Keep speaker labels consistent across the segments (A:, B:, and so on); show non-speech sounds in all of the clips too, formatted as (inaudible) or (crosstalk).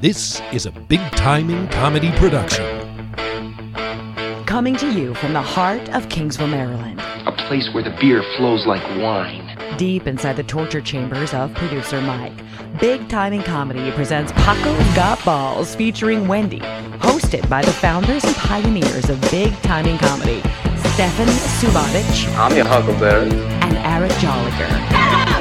A: This is a big timing comedy production.
B: Coming to you from the heart of Kingsville, Maryland,
C: a place where the beer flows like wine.
B: deep inside the torture chambers of producer Mike. Big Timing Comedy presents Paco Got Balls featuring Wendy, hosted by the founders and pioneers of Big Timing Comedy, Stefan Subotic
D: I'm your huckleberry.
B: and Eric Jolliger,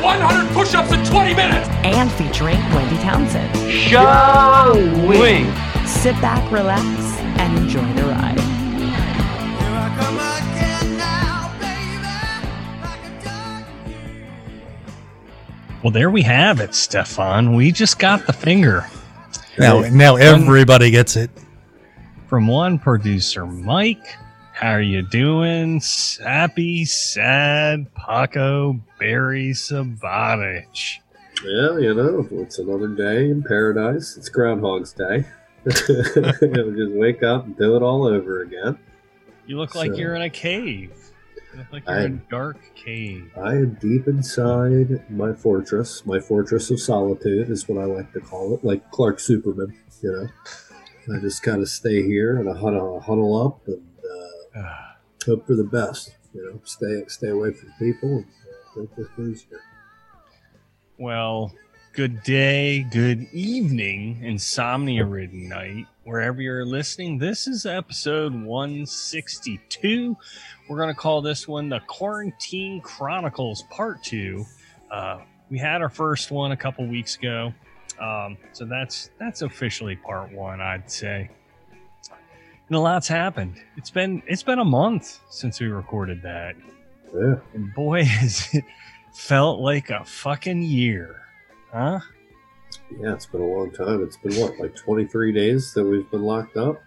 E: 100 push-ups in 20 minutes.
B: and featuring Wendy Townsend.
D: Shall we?
B: Sit back, relax, and enjoy the ride.
F: Well, there we have it, Stefan. We just got the finger
G: Now, now everybody gets it.
F: from one producer, Mike. How are you doing? Sappy, sad, Paco, Barry, Sabotage.
H: Yeah, you know, it's another day in paradise. It's Groundhog's Day. (laughs) You'll just wake up and do it all over again.
F: You look like
H: So-
F: you're in a cave. You look like you're in a dark cave.
H: I am deep inside my fortress. My fortress of solitude is what I like to call it, like Clark Superman, you know. I just kind of stay here and I huddle, huddle up and uh, hope for the best, you know, stay stay away from people. And uh, hope this goes here.
F: Well, good day, good evening, insomnia ridden night, wherever you're listening. This is episode 162. We're going to call this one the Quarantine Chronicles Part 2. Uh, we had our first one a couple weeks ago. Um, so that's that's officially part one, I'd say. And a lot's happened. It's been it's been a month since we recorded that.
H: Yeah.
F: And boy, (laughs) has it felt like a fucking year. Huh?
H: yeah, it's been a long time. It's been what, like 23 days that we've been locked up?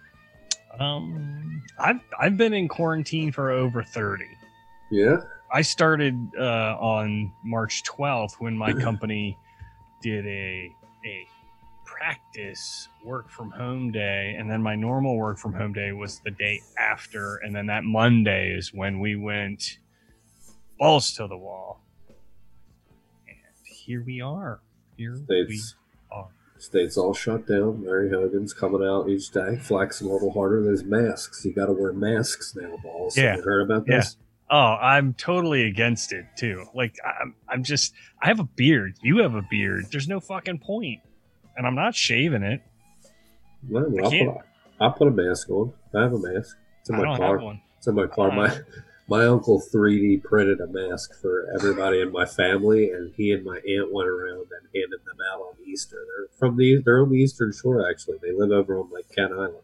F: Um I've I've been in quarantine for over 30.
H: Yeah.
F: I started uh, on March 12th when my company did a a practice work from home day and then my normal work from home day was the day after and then that Monday is when we went balls to the wall. And here we are. Here we
H: States.
F: are.
H: States all shut down. Mary Hogan's coming out each day, flexing a little harder. There's masks. You got to wear masks now, balls.
F: Yeah.
H: You heard about
F: Yeah.
H: this?
F: Oh, I'm totally against it too. Like I'm, I'm just, I have a beard. You have a beard. There's no fucking point, and I'm not shaving it.
H: Well,
F: I
H: I'll, put
F: can't.
H: a, I'll put a mask on. I have a mask. It's in
F: I
H: my
F: don't
H: car.
F: have one.
H: It's in my car.
F: don't
H: My, my uncle 3D printed a mask for everybody in my family, and he and my aunt went around and handed them out on Easter. They're from the they're on the Eastern Shore actually. They live over on Lake Cat Island,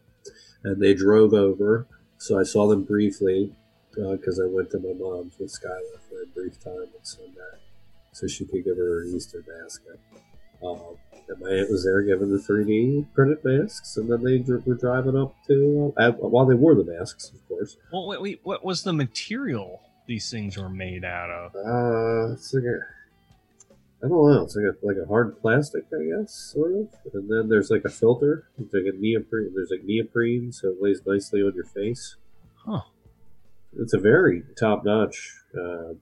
H: and they drove over. So I saw them briefly because I went to my mom's with Skylar for a brief time on Sunday, so she could give her an Easter basket. Um, and my aunt was there giving the 3D printed masks, and then they dr- were driving up to uh, while they wore the masks, of course.
F: Well, wait, wait, what was the material these things were made out of?
H: Uh, it's like a, I don't know. It's like a like a hard plastic, I guess, sort of. And then there's like a filter. It's like a neoprene. There's like neoprene, so it lays nicely on your face.
F: Huh?
H: It's a very top notch uh,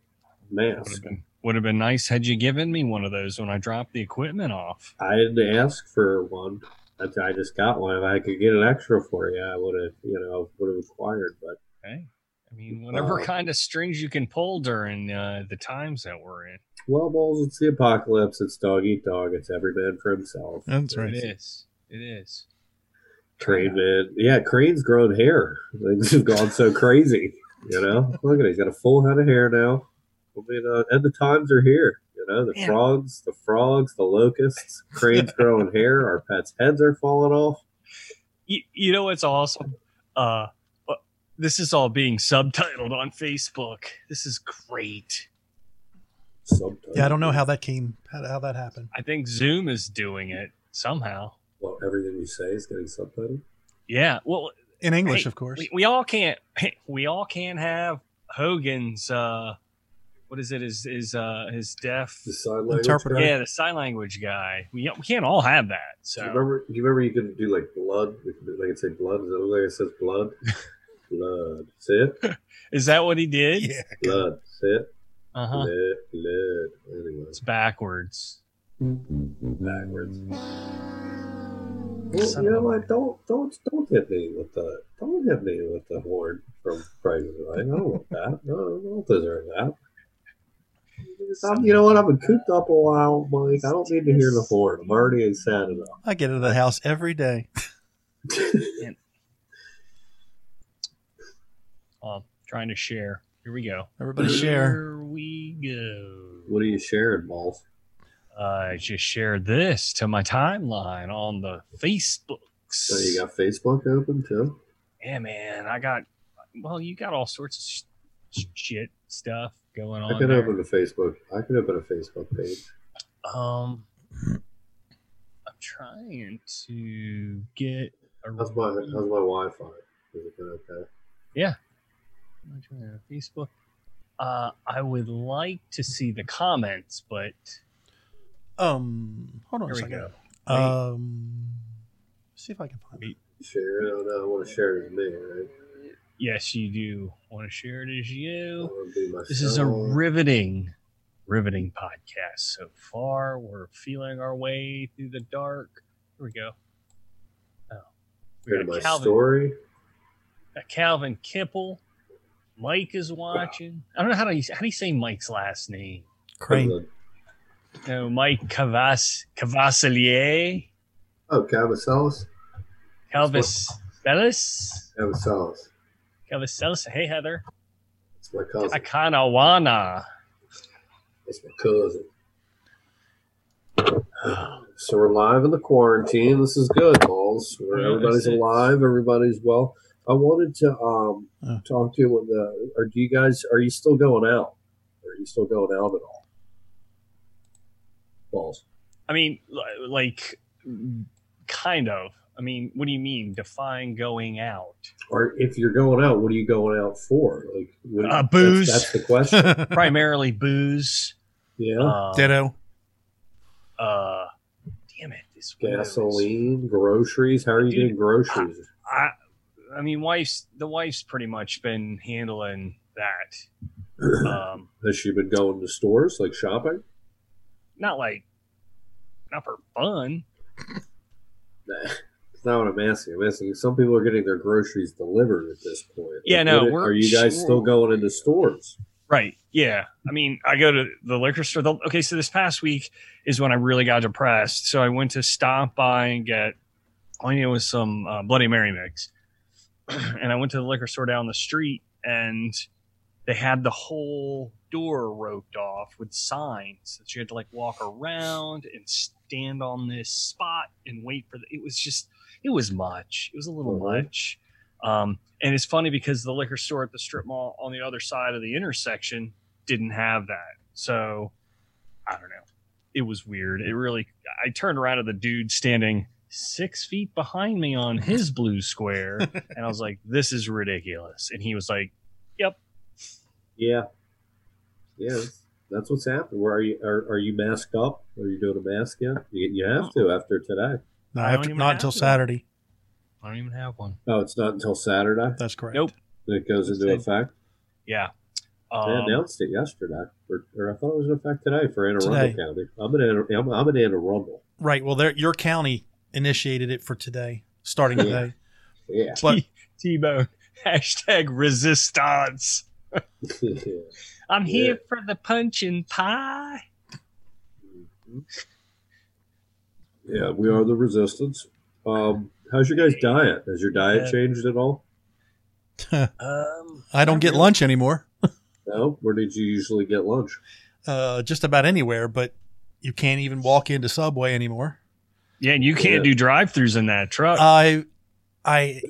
F: Would have
H: mask.
F: been, would have been nice had you given me one of those when I dropped the equipment off.
H: I didn't ask for one. I, I just got one. If I could get an extra for you, I would have, you know, would have acquired. But
F: Okay. I mean, whatever
H: Wow.
F: kind of strings you can pull during uh, the times that we're in.
H: well, balls. It's the apocalypse. It's dog eat dog. It's every man for himself.
G: That's
F: It is. It is.
H: Crane man, yeah, Crane's grown hair. Things have gone so crazy, you know. Look at it, he's got a full head of hair now. I mean, uh, and the times are here. You know, the
F: Yeah.
H: frogs, the frogs, the locusts.
F: (laughs)
H: Crane's growing hair. Our pets' heads are falling off.
F: you, you know what's awesome? Uh, uh, this is all being subtitled on Facebook. This is great.
H: Sometimes.
G: Yeah, I don't know how that came, how, how that happened.
F: I think Zoom is doing it somehow.
H: Well, everything you say is getting subtitled.
F: Yeah. Well,
G: In English,
F: Hey,
G: of course.
F: we, we all can't. (laughs) We all can't have Hogan's. Uh, what is it? Is is uh, his deaf?
H: The sign language.
G: Interpreter.
H: guy?
F: Yeah, the sign language guy. We, we can't all have that.
H: Do you
F: So
H: remember? Do you remember you could do like blood? You could- They could say blood. Is that like it says
G: (laughs)
H: blood? blood. See it?
F: is that what he did?
G: yeah.
H: Blood. See it?
F: Uh huh.
H: Blood. Blood. Anyway.
F: It's backwards.
H: backwards. Well,
F: Son
H: you
F: of
H: know
F: a-
H: what? Don't don't don't hit me with the don't hit me with the horn from Price is Right. I don't want that. No, I don't deserve that. I'm- you know what? I've been cooped up a while, Mike. I don't need to hear the horn. I'm already sad enough.
G: I get out of the house every day.
F: Oh, trying to share. Here we go.
G: Everybody share.
F: Here we go.
H: What are you sharing, balls?
F: I just shared this to my timeline on the Facebooks.
H: So you got Facebook open too?
F: Yeah, man. I got. Well, you got all sorts of sh- shit stuff going on.
H: I could
F: there.
H: open a Facebook. I could open a Facebook page.
F: Um, I'm trying to get a.
H: How's my How's my Wi-Fi? Is it good okay?
F: I'm not doing it on Facebook. Uh, I would like to see the comments, but
G: Um, hold on
F: here
G: a
F: we
G: second.
F: go.
G: Um, see if I can find it.
H: Share it. Oh no, I want to share it as me, right?
F: Yes, you do want to share it as
H: I
F: you.
H: wanna be myself.
F: This is a riveting, riveting podcast so far. We're feeling our way through the dark. Here we go. Oh,
H: Here's
F: we
H: my
F: got Calvin,
H: story.
F: got Calvin Kipple. Mike is watching. I don't know how do you how do you say Mike's last name?
G: Crane.
F: (laughs) No, Mike Cavas Cavaselier.
H: Oh, Cavasalis.
F: Calvis Bellis.
H: Cavasalis.
F: Calvis Bellis. Hey Heather.
H: It's my cousin.
F: I kinda wanna.
H: It's my cousin. (sighs) So we're live in the quarantine. This is good, balls. Where
F: Yeah,
H: everybody's
F: this is-
H: alive. Everybody's well. I wanted to um
G: Uh.
H: talk to you. With the, are do you guys? Are you still going out? Are you still going out at all? Balls.
F: I mean, li- like, kind of. I mean, what do you mean? Define going out?
H: Or if you're going out, what are you going out for? Like what,
F: Uh,
H: that's-
F: booze.
H: That's, the
F: (laughs)
H: question.
F: Primarily booze.
H: Yeah.
G: (laughs)
F: Uh,
G: Ditto.
F: uh, damn it! This window is-
H: Gasoline, groceries. How are you
F: Dude,
H: doing groceries?
F: I, I mean, wife's the wife's pretty much been handling that. Um,
H: Has she been going to stores like shopping? (laughs)
F: not like, not for fun.
H: That's not what I'm asking. I'm asking some people are getting their groceries delivered at this point. Like,
F: Yeah, no,
H: what-
F: we're-
H: are you guys still going into stores?
F: Right. Yeah. I mean, I go to the liquor store. The, okay, so this past week is when I really got depressed. So I went to stop by and get all I needed was some uh, Bloody Mary mix, (clears throat) and I went to the liquor store down the street, and they had the whole door roped off with signs that you had to like walk around and stand on this spot and wait for the. It was just, it was much. It was a little
H: Mhm.
F: much. Um, and it's funny because the liquor store at the strip mall on the other side of the intersection didn't have that. So I don't know. It was weird. It really, I turned around at the dude standing six feet behind me on his blue square.
G: (laughs)
F: and I was like, this is ridiculous. And he was like,
H: Yeah, yeah, that's what's happening. Where are you? Are, are you masked up? Are you doing a mask yet? You, you have to after today.
G: No,
F: I
G: I
F: don't
G: have to,
F: even
G: not
F: have
G: until
F: to.
G: Saturday.
F: I don't even have one.
H: Oh, it's not until Saturday
G: That's correct.
F: Nope.
H: that it goes into
F: That's
H: effect.
F: Yeah.
H: They
F: Um,
H: announced it yesterday, or, or I thought it was in effect today for Anne Arundel
G: Today.
H: County. I'm in Anne- I'm, I'm in Anne Arundel.
G: Right. Well, there, your county initiated it for today, starting
H: Yeah.
G: today.
H: Yeah. (laughs)
F: (laughs)
G: But
F: T-Bone, hashtag resistance. I'm
H: here
F: for the punch and pie.
H: Yeah, we are the resistance. Um, how's your guys' diet? Has your diet
F: Yeah.
H: changed at all?
F: Um,
G: I don't get lunch anymore,
H: No. Where did you usually get lunch?
G: uh, just about anywhere, but you can't even walk into Subway anymore.
F: Yeah, and you can't
H: Yeah.
F: do drive-throughs in that truck.
G: I, I,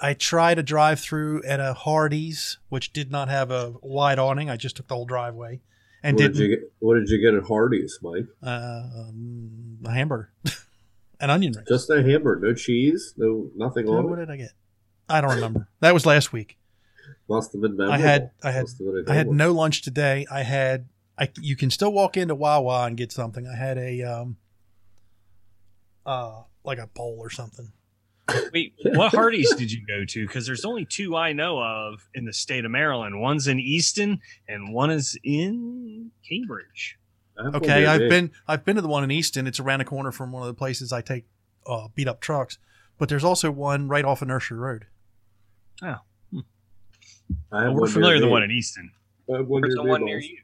G: I tried a drive through at a Hardee's, which did not have a wide awning. I just took the whole driveway and
H: what
G: did
H: did you get? What did you get at Hardee's, Mike?
G: uh, um, a hamburger, (laughs) an onion ring.
H: Just a hamburger, no cheese, no nothing
G: Oh,
H: on
G: what
H: it.
G: did I get? I don't remember. That was last week.
H: Must have been memorable.
G: I had- I had-
H: Must have been a
G: I had
H: good one.
G: no lunch today. I had I you can still walk into Wawa and get something. I had a um uh like a bowl or something.
F: Wait, what Hardee's did you go to? Because there's only two I know of in the state of Maryland. One's in Easton, and one is in Cambridge.
H: Apple
G: Okay,
H: did
G: I've
H: it.
G: been I've been to the one in Easton. It's around the corner from one of the places I take uh, beat up trucks. But there's also one right off of Nursery Road.
H: I have
F: Well, we're
H: one
F: familiar with
H: near
F: the
H: me.
F: one at Easton.
H: I have one
F: Where's
H: near
F: the
H: me,
F: one near
H: boss.
F: you?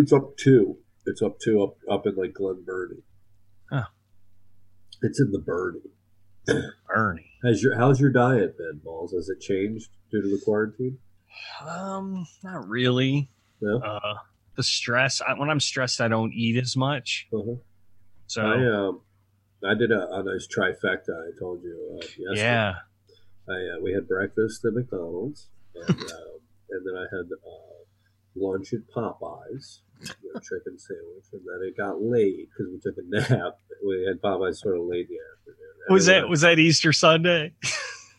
H: It's up two. It's up two up up in like Glen Burnie.
F: Huh.
H: It's in the Burnie.
F: Ernie.
H: Has your how's your diet been, Balls? Has it changed due to the quarantine?
F: Um, not really.
H: No.
F: Uh, the stress. I, when I'm stressed, I don't eat as much.
H: Uh-huh.
F: So
H: I um I did a, a nice trifecta. I told you. Uh, yesterday.
F: yeah,
H: I, uh, we had breakfast at McDonald's, and, um, and then I had uh, lunch at Popeyes, you know, chicken sandwich, and then it got late because we took a nap. We had Popeyes sort of late in the afternoon.
F: was that
H: Everyone-
F: was that Easter Sunday?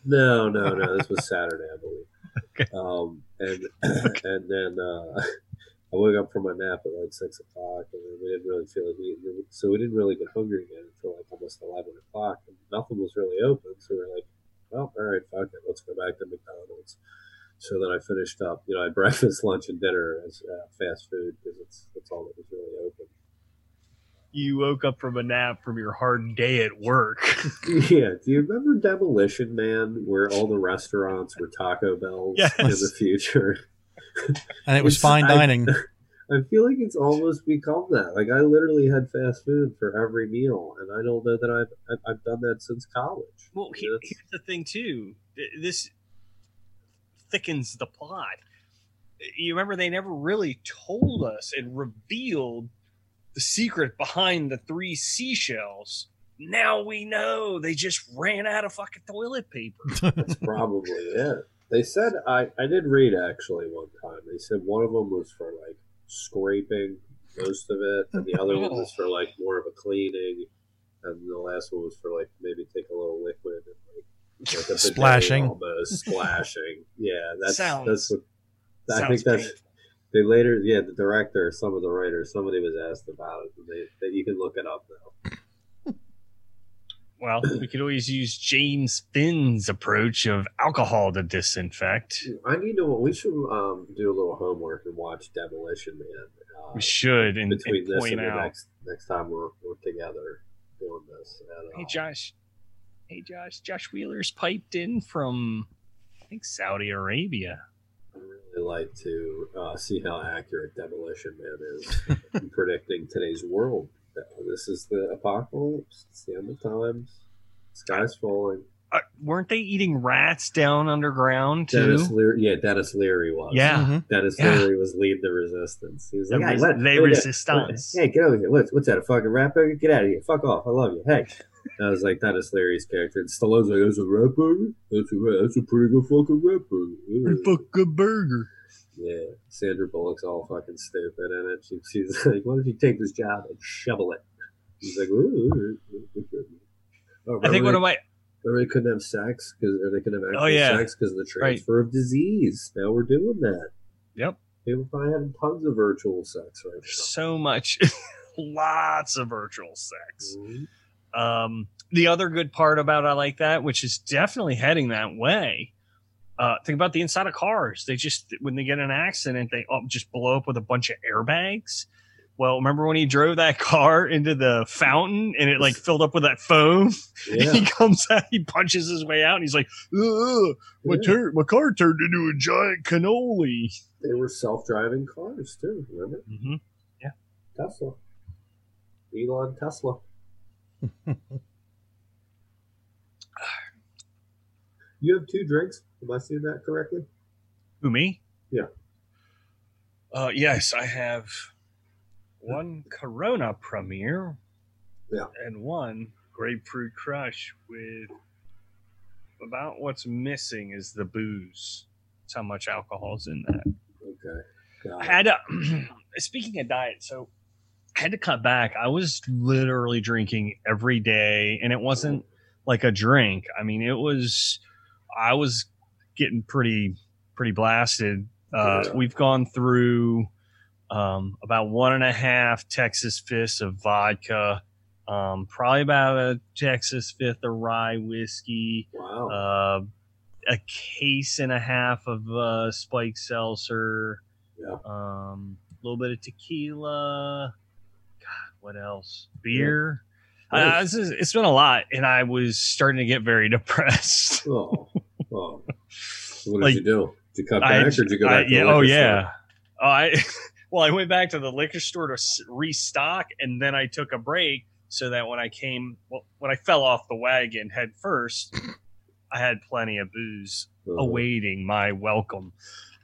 H: no, no, no. This was Saturday, I believe.
F: (laughs) Okay.
H: Um, and (clears throat) and then uh, (laughs) I woke up from my nap at like six o'clock, and then we didn't really feel like eating, so we didn't really get hungry again until like almost eleven o'clock, and nothing was really open. So we were like, "Well, all right, fuck it, let's go back to McDonald's." So then I finished up. You know, I had (laughs) breakfast, lunch, and dinner as uh, fast food because it's that's all that was really open. (laughs)
F: You woke up from a nap from your hard day at work.
H: Yeah, do you remember Demolition Man, where all the restaurants were Taco Bells in
F: Yes.
H: the future?
G: And it was
H: It's-
G: fine
H: I-
G: dining.
H: I feel like it's almost become that. Like I literally had fast food for every meal, and I don't know that I've I've- I've done that since college.
F: Well, he,
H: You know,
F: here's the thing too. Th- This thickens the plot. You remember they never really told us and revealed the secret behind the three seashells. Now we know they just ran out of fucking toilet paper.
H: that's probably it. They said I I did read actually one time. They said one of them was for like scraping most of it, and the other one was for like more of a cleaning, and the last one was for like maybe take a little liquid and like, like a bidet
G: Splashing.
H: almost splashing. Yeah, that's
F: Sounds-
H: that's what I
F: Sounds
H: think that's.
F: painful.
H: They later, yeah, the director, some of the writers, somebody was asked about it. and They, that you can look it up now.
F: Well, we could always use James Finn's approach of alcohol to disinfect.
H: I need to. We should um, do a little homework and watch Demolition Man. Uh,
F: We should and,
H: between
F: and
H: this and
F: point
H: the
F: out.
H: next next time we're, we're together doing this. And, uh,
F: Hey Josh, hey Josh, Josh Wheeler's piped in from I think Saudi Arabia.
H: I'd really like to uh, see how accurate Demolition Man is in (laughs) predicting today's world. Uh, This is the apocalypse. It's the end of times. Sky's falling.
F: Uh, weren't they eating rats down underground
H: Dennis
F: too?
H: Leary, yeah, Dennis Leary was.
F: Yeah,
G: Mhm.
H: Dennis
F: Yeah.
H: Leary was leading the resistance. He was
F: The
H: like, hey,
F: res-
H: what-
F: they
H: what is
F: resistance.
H: that? Hey, get over here. What's, what's that, a fucking rat burger? Get out of here. Fuck off. I love you. Hey. That was like Dennis Leary's character. And Stallone's like, that's a rat burger? That's a, rat. That's a pretty good fucking rat burger.
F: Fuck good burger.
H: Yeah. Sandra Bullock's all fucking stupid in it. She, she's (laughs) like, why don't you take this job and shovel it? He's like, ooh. Oh,
F: I think
H: remember
F: one of my
H: Remember they couldn't have sex because or they couldn't have actual
F: Oh, yeah.
H: sex because of the
F: Right.
H: transfer of disease. Now we're doing that.
F: Yep.
H: People probably having tons of virtual sex right
F: there's
H: now.
F: so much, (laughs) lots of virtual sex.
H: Mhm.
F: Um, the other good part about I like that, which is definitely heading that way. Uh, think about the inside of cars. They just when they get in an accident, they all just blow up with a bunch of airbags. Well, remember when he drove that (laughs) car into the fountain and it like filled up with that foam? (laughs) He
H: Yeah.
F: comes out, he punches his way out, and he's like, Ugh, my,
H: Yeah.
F: tur- my car turned into a giant cannoli.
H: They were self driving cars too. Remember?
F: Mm-hmm.
H: Tesla. Elon
F: (sighs)
H: Tesla. you have two drinks. Am I seeing that correctly?
F: Who, me?
H: Yeah.
F: Uh, yes, I have one Corona Premier
H: Yeah.
F: and one Grapefruit Crush with about what's missing is the booze. That's how much alcohol's in that.
H: Okay. Got
F: I
H: it.
F: had a, (clears throat) speaking of diet, so I had to cut back. I was literally drinking every day, and it wasn't like a drink. I mean, it was I was getting pretty pretty blasted. Uh,
H: Yeah.
F: We've gone through um, about one and a half Texas fists of vodka, um, probably about a Texas fifth of rye whiskey
H: Wow.
F: uh, a case and a half of uh, spike seltzer,
H: Yeah.
F: um, a little bit of tequila. God, what else? Beer. Uh, this is, it's been a lot, and I was starting to get very (laughs) depressed.
H: Oh, oh. What did
F: Like,
H: you do? Did you cut
F: I-
H: back or did you go
F: I-
H: back? to the
F: yeah, oh
H: liquor store?
F: yeah. Oh, I (laughs) well, I went back to the liquor store to s- restock, and then I took a break so that when I came, well, when I fell off the wagon head first, I had plenty of booze
H: Uh-huh.
F: awaiting my welcome.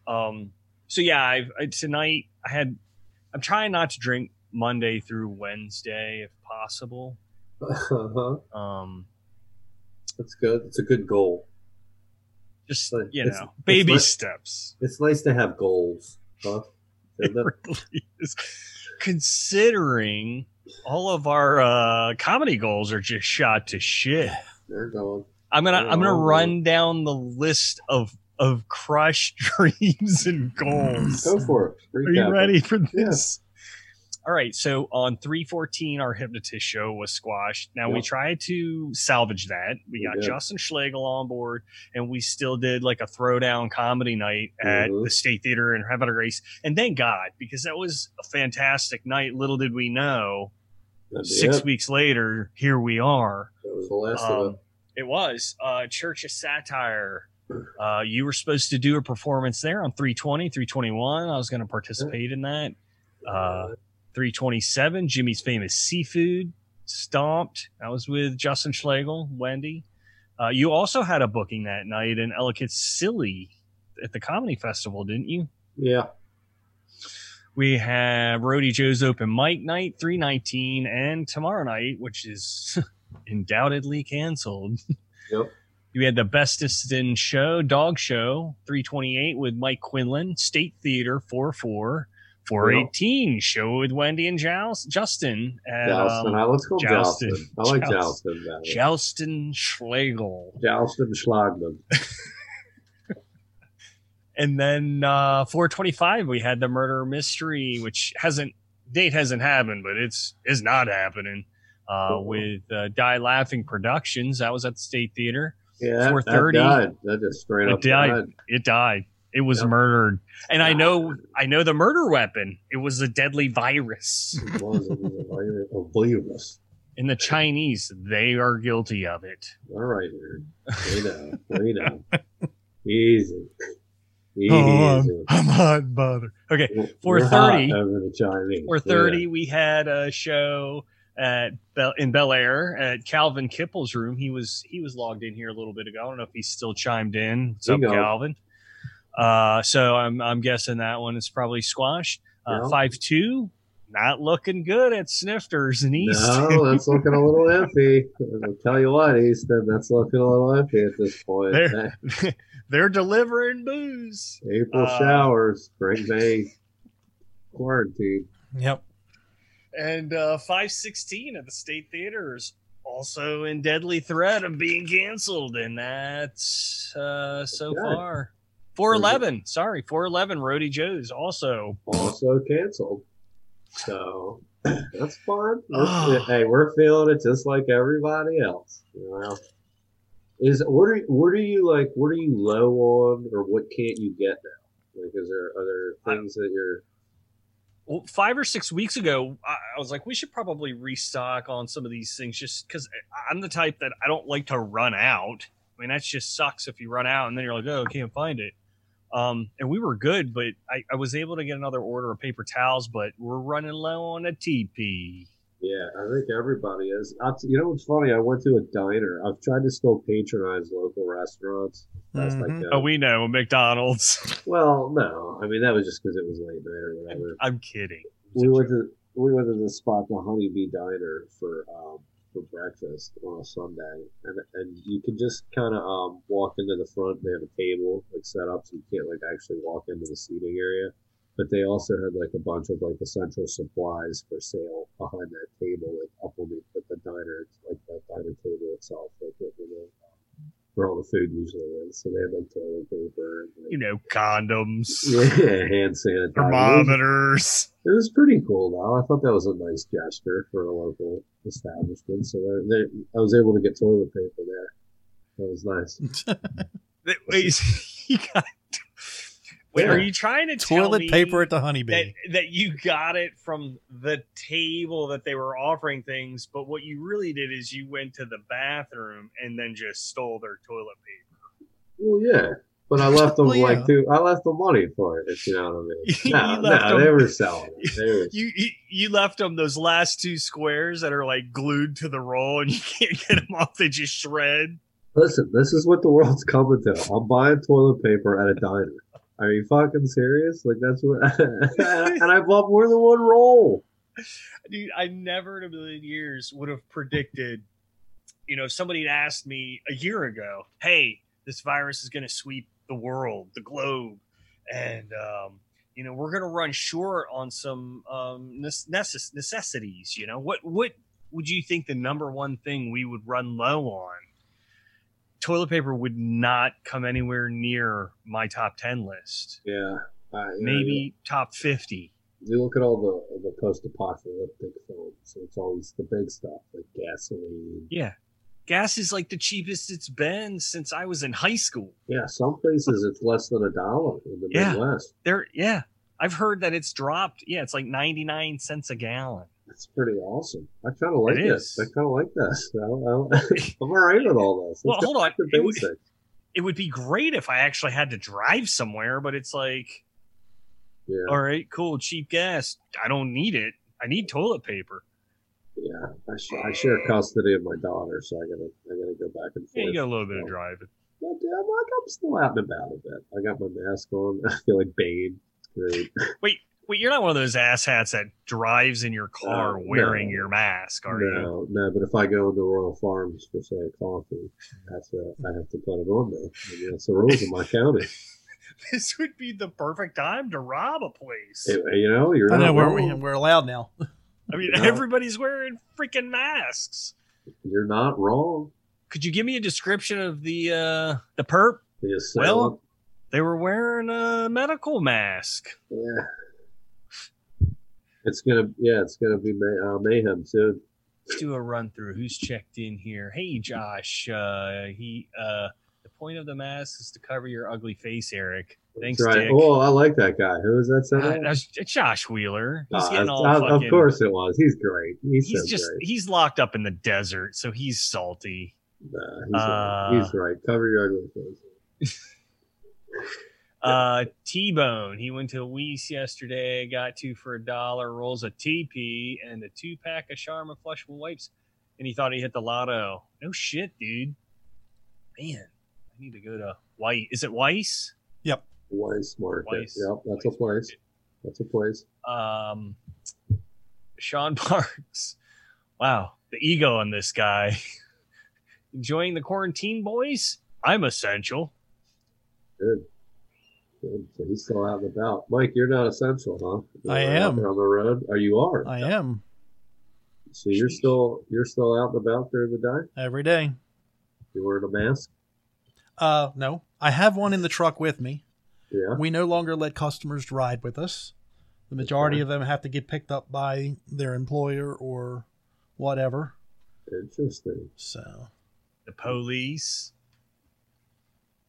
F: Um, so yeah, I've, I, tonight I had. I'm trying not to drink Monday through Wednesday if possible.
H: Uh-huh.
F: Um,
H: That's good. It's a good goal.
F: just
H: Like,
F: you
H: it's-
F: know,
H: it's
F: baby
H: like-
F: steps.
H: It's nice to have goals,
F: (laughs)
H: huh? Isn't (laughs) it?
F: really is. Considering all of our uh, comedy goals are just shot to shit.
H: They're
F: (clears throat)
H: going.
F: I'm gonna I'm gonna
H: Oh.
F: run down the list of of crushed (laughs) dreams and goals.
H: Go for it.
F: Are you
H: Recap it.
F: ready for this? All right. So on 314, our hypnotist show was squashed. Now we
H: Yeah.
F: tried to salvage that. We
H: We
F: got
H: did.
F: Justin Schlegel on board, and we still did like a throwdown comedy night at
H: Mhm.
F: the State Theater in Havana Grace. And thank God, because that was a fantastic night. Little did we know,
H: That'd be
F: six
H: it.
F: weeks later, here we are.
H: That was the last of
F: Um, it was uh, Church of Satire. Uh, you were supposed to do a performance there on 320, 321. I was going to participate in that.
H: it.
F: Uh, 327, Jimmy's Famous Seafood, Stomped. That was with Justin Schlegel, Wendy. Uh, you also had a booking that night in Ellicott Silly at the Comedy Festival, didn't you?
H: yeah.
F: We have Roadie Joe's Open Mic Night, 319, and tomorrow night, which is (laughs) undoubtedly canceled.
H: Yep.
F: We had the bestest in show, dog show, 328 with Mike Quinlan, State Theater 44, 418 show with Wendy and Joust, Justin at
H: Joustin.
F: um,
H: I let's go
F: Joustin.
H: Joustin. I like
F: Joust-
H: Joustin. better.
F: Joustin Schlegel.
H: Joustin Schlagman.
F: And then uh, 425 we had the murder mystery, which hasn't date hasn't happened, but it's is not happening. Uh,
H: Cool.
F: with uh, Die Laughing Productions, that was at the State Theater.
H: Yeah, that- that
F: 430.
H: died. That just straight
F: It
H: up
F: died.
H: died.
F: It died. It was
H: Yep.
F: murdered. And I know I know the murder weapon. It was the deadly virus.
H: It was, it was a liar of believers.
F: And the Chinese, they are guilty of it.
H: All right, Aaron. Lay down. Lay
F: (laughs)
H: down. Easy. Easy.
G: Oh, I'm, I'm hot bother.
F: Okay.
H: We're- we're
F: 430.
H: hot Over the Chinese.
F: Or 30, we had a show at Bel- in Bel Air at Calvin Kipple's room. He was he was logged in here a little bit ago. I don't know if he's still chimed in. What's
H: He
F: up,
H: gone.
F: Calvin? Uh, so I'm I'm guessing that one is probably squashed. Uh,
H: Yeah.
F: Five two, not looking good at Snifters in
H: Yeah.
F: East.
H: No, that's looking a little iffy. I'll tell you what, Easton, that's looking a little iffy at this point.
F: There. (laughs) They're delivering booze.
H: April
F: Uh,
H: showers, spring May quarantine.
G: Yep.
F: And uh, 516 at the State Theater is also in deadly threat of being canceled. And that's uh, so
H: Okay.
F: far. 411. Sorry, 411. Roadie Joe's also.
H: also canceled. So that's fun. We're-
F: (sighs) Ah.
H: hey, we're feeling it just like everybody else. You know, is what are what are you like? What are you low on, or what can't you get now? Like, is there other things that you're?
F: Well, five or six weeks ago, I, I was like, we should probably restock on some of these things just because I'm the type that I don't like to run out. I mean, that just sucks if you run out and then you're like, oh, I can't find it. Um, and we were good, but I, I was able to get another order of paper towels, but we're running low on a TP.
H: Yeah, I think everybody is. I, you know what's funny? I went to a diner. I've tried to still patronize local restaurants. as best I
G: Mhm.
H: can.
F: Oh, we know McDonald's.
H: well, no, I mean that was just because it was late night or whatever.
F: I'm kidding.
H: we went to we went to this spot, the Honeybee Diner, for um, for breakfast on a Sunday, and and you can just kind of um, walk into the front. They have a table like set up, so you can't like actually walk into the seating area. But they also had like a bunch of like essential supplies for sale behind that table, like up on the, at the diner, like that diner table itself, like what you know, um, where all the food usually is. So they had like toilet paper, and, like,
F: You know, condoms,
H: (laughs) yeah, hand sanitizer.
F: thermometers.
H: It was pretty cool, though. I thought that was a nice gesture for a local establishment. So there, there, I was able to get toilet paper
F: (laughs)
H: there. That was nice.
F: That- Wait, you got Wait, are you trying to tell
G: Toilet
F: me
G: paper at the honeybee.
F: that, that you got it from the table that they were offering things, but what you really did is you went to the bathroom and then just stole their toilet paper.
H: Well, yeah, but I left them
G: Well, yeah.
H: like two. I left them money for it. If you know what I mean?
F: (laughs) You
H: No,
F: left
H: no,
F: them-
H: they were selling it. They
F: (laughs)
H: were,
F: You, you you left them those last two squares that are like glued to the roll, and you can't get them off. They just shred.
H: listen, this is what the world's coming to. I'm buying toilet paper at a diner. Are you fucking serious? Like that's what? (laughs) and I bought more than one roll.
F: Dude, I never in a million years would have predicted. You know, if somebody had asked me a year ago, "Hey, this virus is going to sweep the world, the globe, and um, you know we're going to run short on some um, nes- necess- necessities." You know, what what would you think the number one thing we would run low on? Toilet paper would not come anywhere near my top ten list.
H: Yeah, I- you know,
F: Maybe top fifty.
H: you look at all the the post-apocalyptic films. It's always the big stuff like gasoline.
F: Yeah. Gas is like the cheapest it's been since I was in high school.
H: Yeah, some places it's less than a dollar in the
F: Yeah.
H: Midwest.
F: There yeah. I've heard that it's dropped. Yeah, it's like 99 cents a gallon.
H: That's pretty awesome. I kind of like
F: It
H: this. I
F: is.
H: kind of like this. I,
F: (laughs)
H: I, (laughs) I'm all right with all this.
F: Well,
H: Let's go
F: hold on.
H: back to
F: It w-
H: basic.
F: It would be great if I actually had to drive somewhere, but it's like,
H: Yeah,
F: all right, cool, cheap gas. I don't need it. I need toilet paper.
H: yeah. I, sh- I share custody of my daughter, so I gotta, I gotta go back and forth.
F: Yeah, you got a little bit of driving.
H: But, yeah, I'm, like, I'm still out and about a bit. I got my mask on. (laughs) I feel like Bane. Great.
F: Wait, you're not one of those asshats that drives in your car
H: Uh, no.
F: wearing your mask, are you?
H: no, no. But if I go into Royal Farms for say a coffee, I have to, I have to put it on there. I mean, that's the rules
F: (laughs)
H: of my county.
F: (laughs) This would be the perfect time to rob a place.
H: Hey, you know, you're
G: I
H: not
G: know we're,
H: wrong.
G: we- we're allowed now.
F: I mean,
H: No.
F: everybody's wearing freaking masks.
H: You're not wrong.
F: Could you give me a description of the uh the perp?
H: The assailant-
F: Well, they were wearing a medical mask.
H: yeah. It's gonna, yeah, it's gonna be may, uh, mayhem soon.
F: Let's do a run through. Who's checked in here? Hey, Josh. Uh, he uh, the point of the mask is to cover your ugly face, Eric. Thanks,
H: That's right.
F: Dick.
H: Oh, I like that guy. Who is that?
F: Uh,
H: Senator?
F: that's- that's Josh Wheeler. He's
H: Uh,
F: getting all
H: of-
F: fucking.
H: of course it was. He's great. He's,
F: He's
H: so
F: just
H: great.
F: he's locked up in the desert, so he's salty.
H: Nah, he's, right.
F: uh,
H: he's right. Cover your ugly face.
F: Uh, T Bone. He went to Weiss yesterday, got two for a dollar, rolls a TP and a two pack of Charmin flushable wipes, and he thought he hit the lotto. No shit, dude. Man, I need to go to White. Is it Weiss?
H: Weiss Market.
F: Weiss.
H: Yep, that's a
F: Weiss
H: place. That's a place.
F: Um, Sean (laughs) Parks. Wow, the ego on this guy. (laughs) Enjoying the quarantine, boys. I'm essential.
H: Good. Good. So he's still out and about. Mike, you're not essential, huh? You're
G: I
H: not out
G: am.
H: there on the road. Or you are.
G: I am
H: so you're still you're still out and about during the day.
G: every day.
H: You're wearing a mask.
G: Uh, no, I have one in the truck with me.
H: Yeah.
G: We no longer let customers ride with us. The majority of them have to get picked up by their employer or whatever.
H: Interesting.
G: So
F: The police.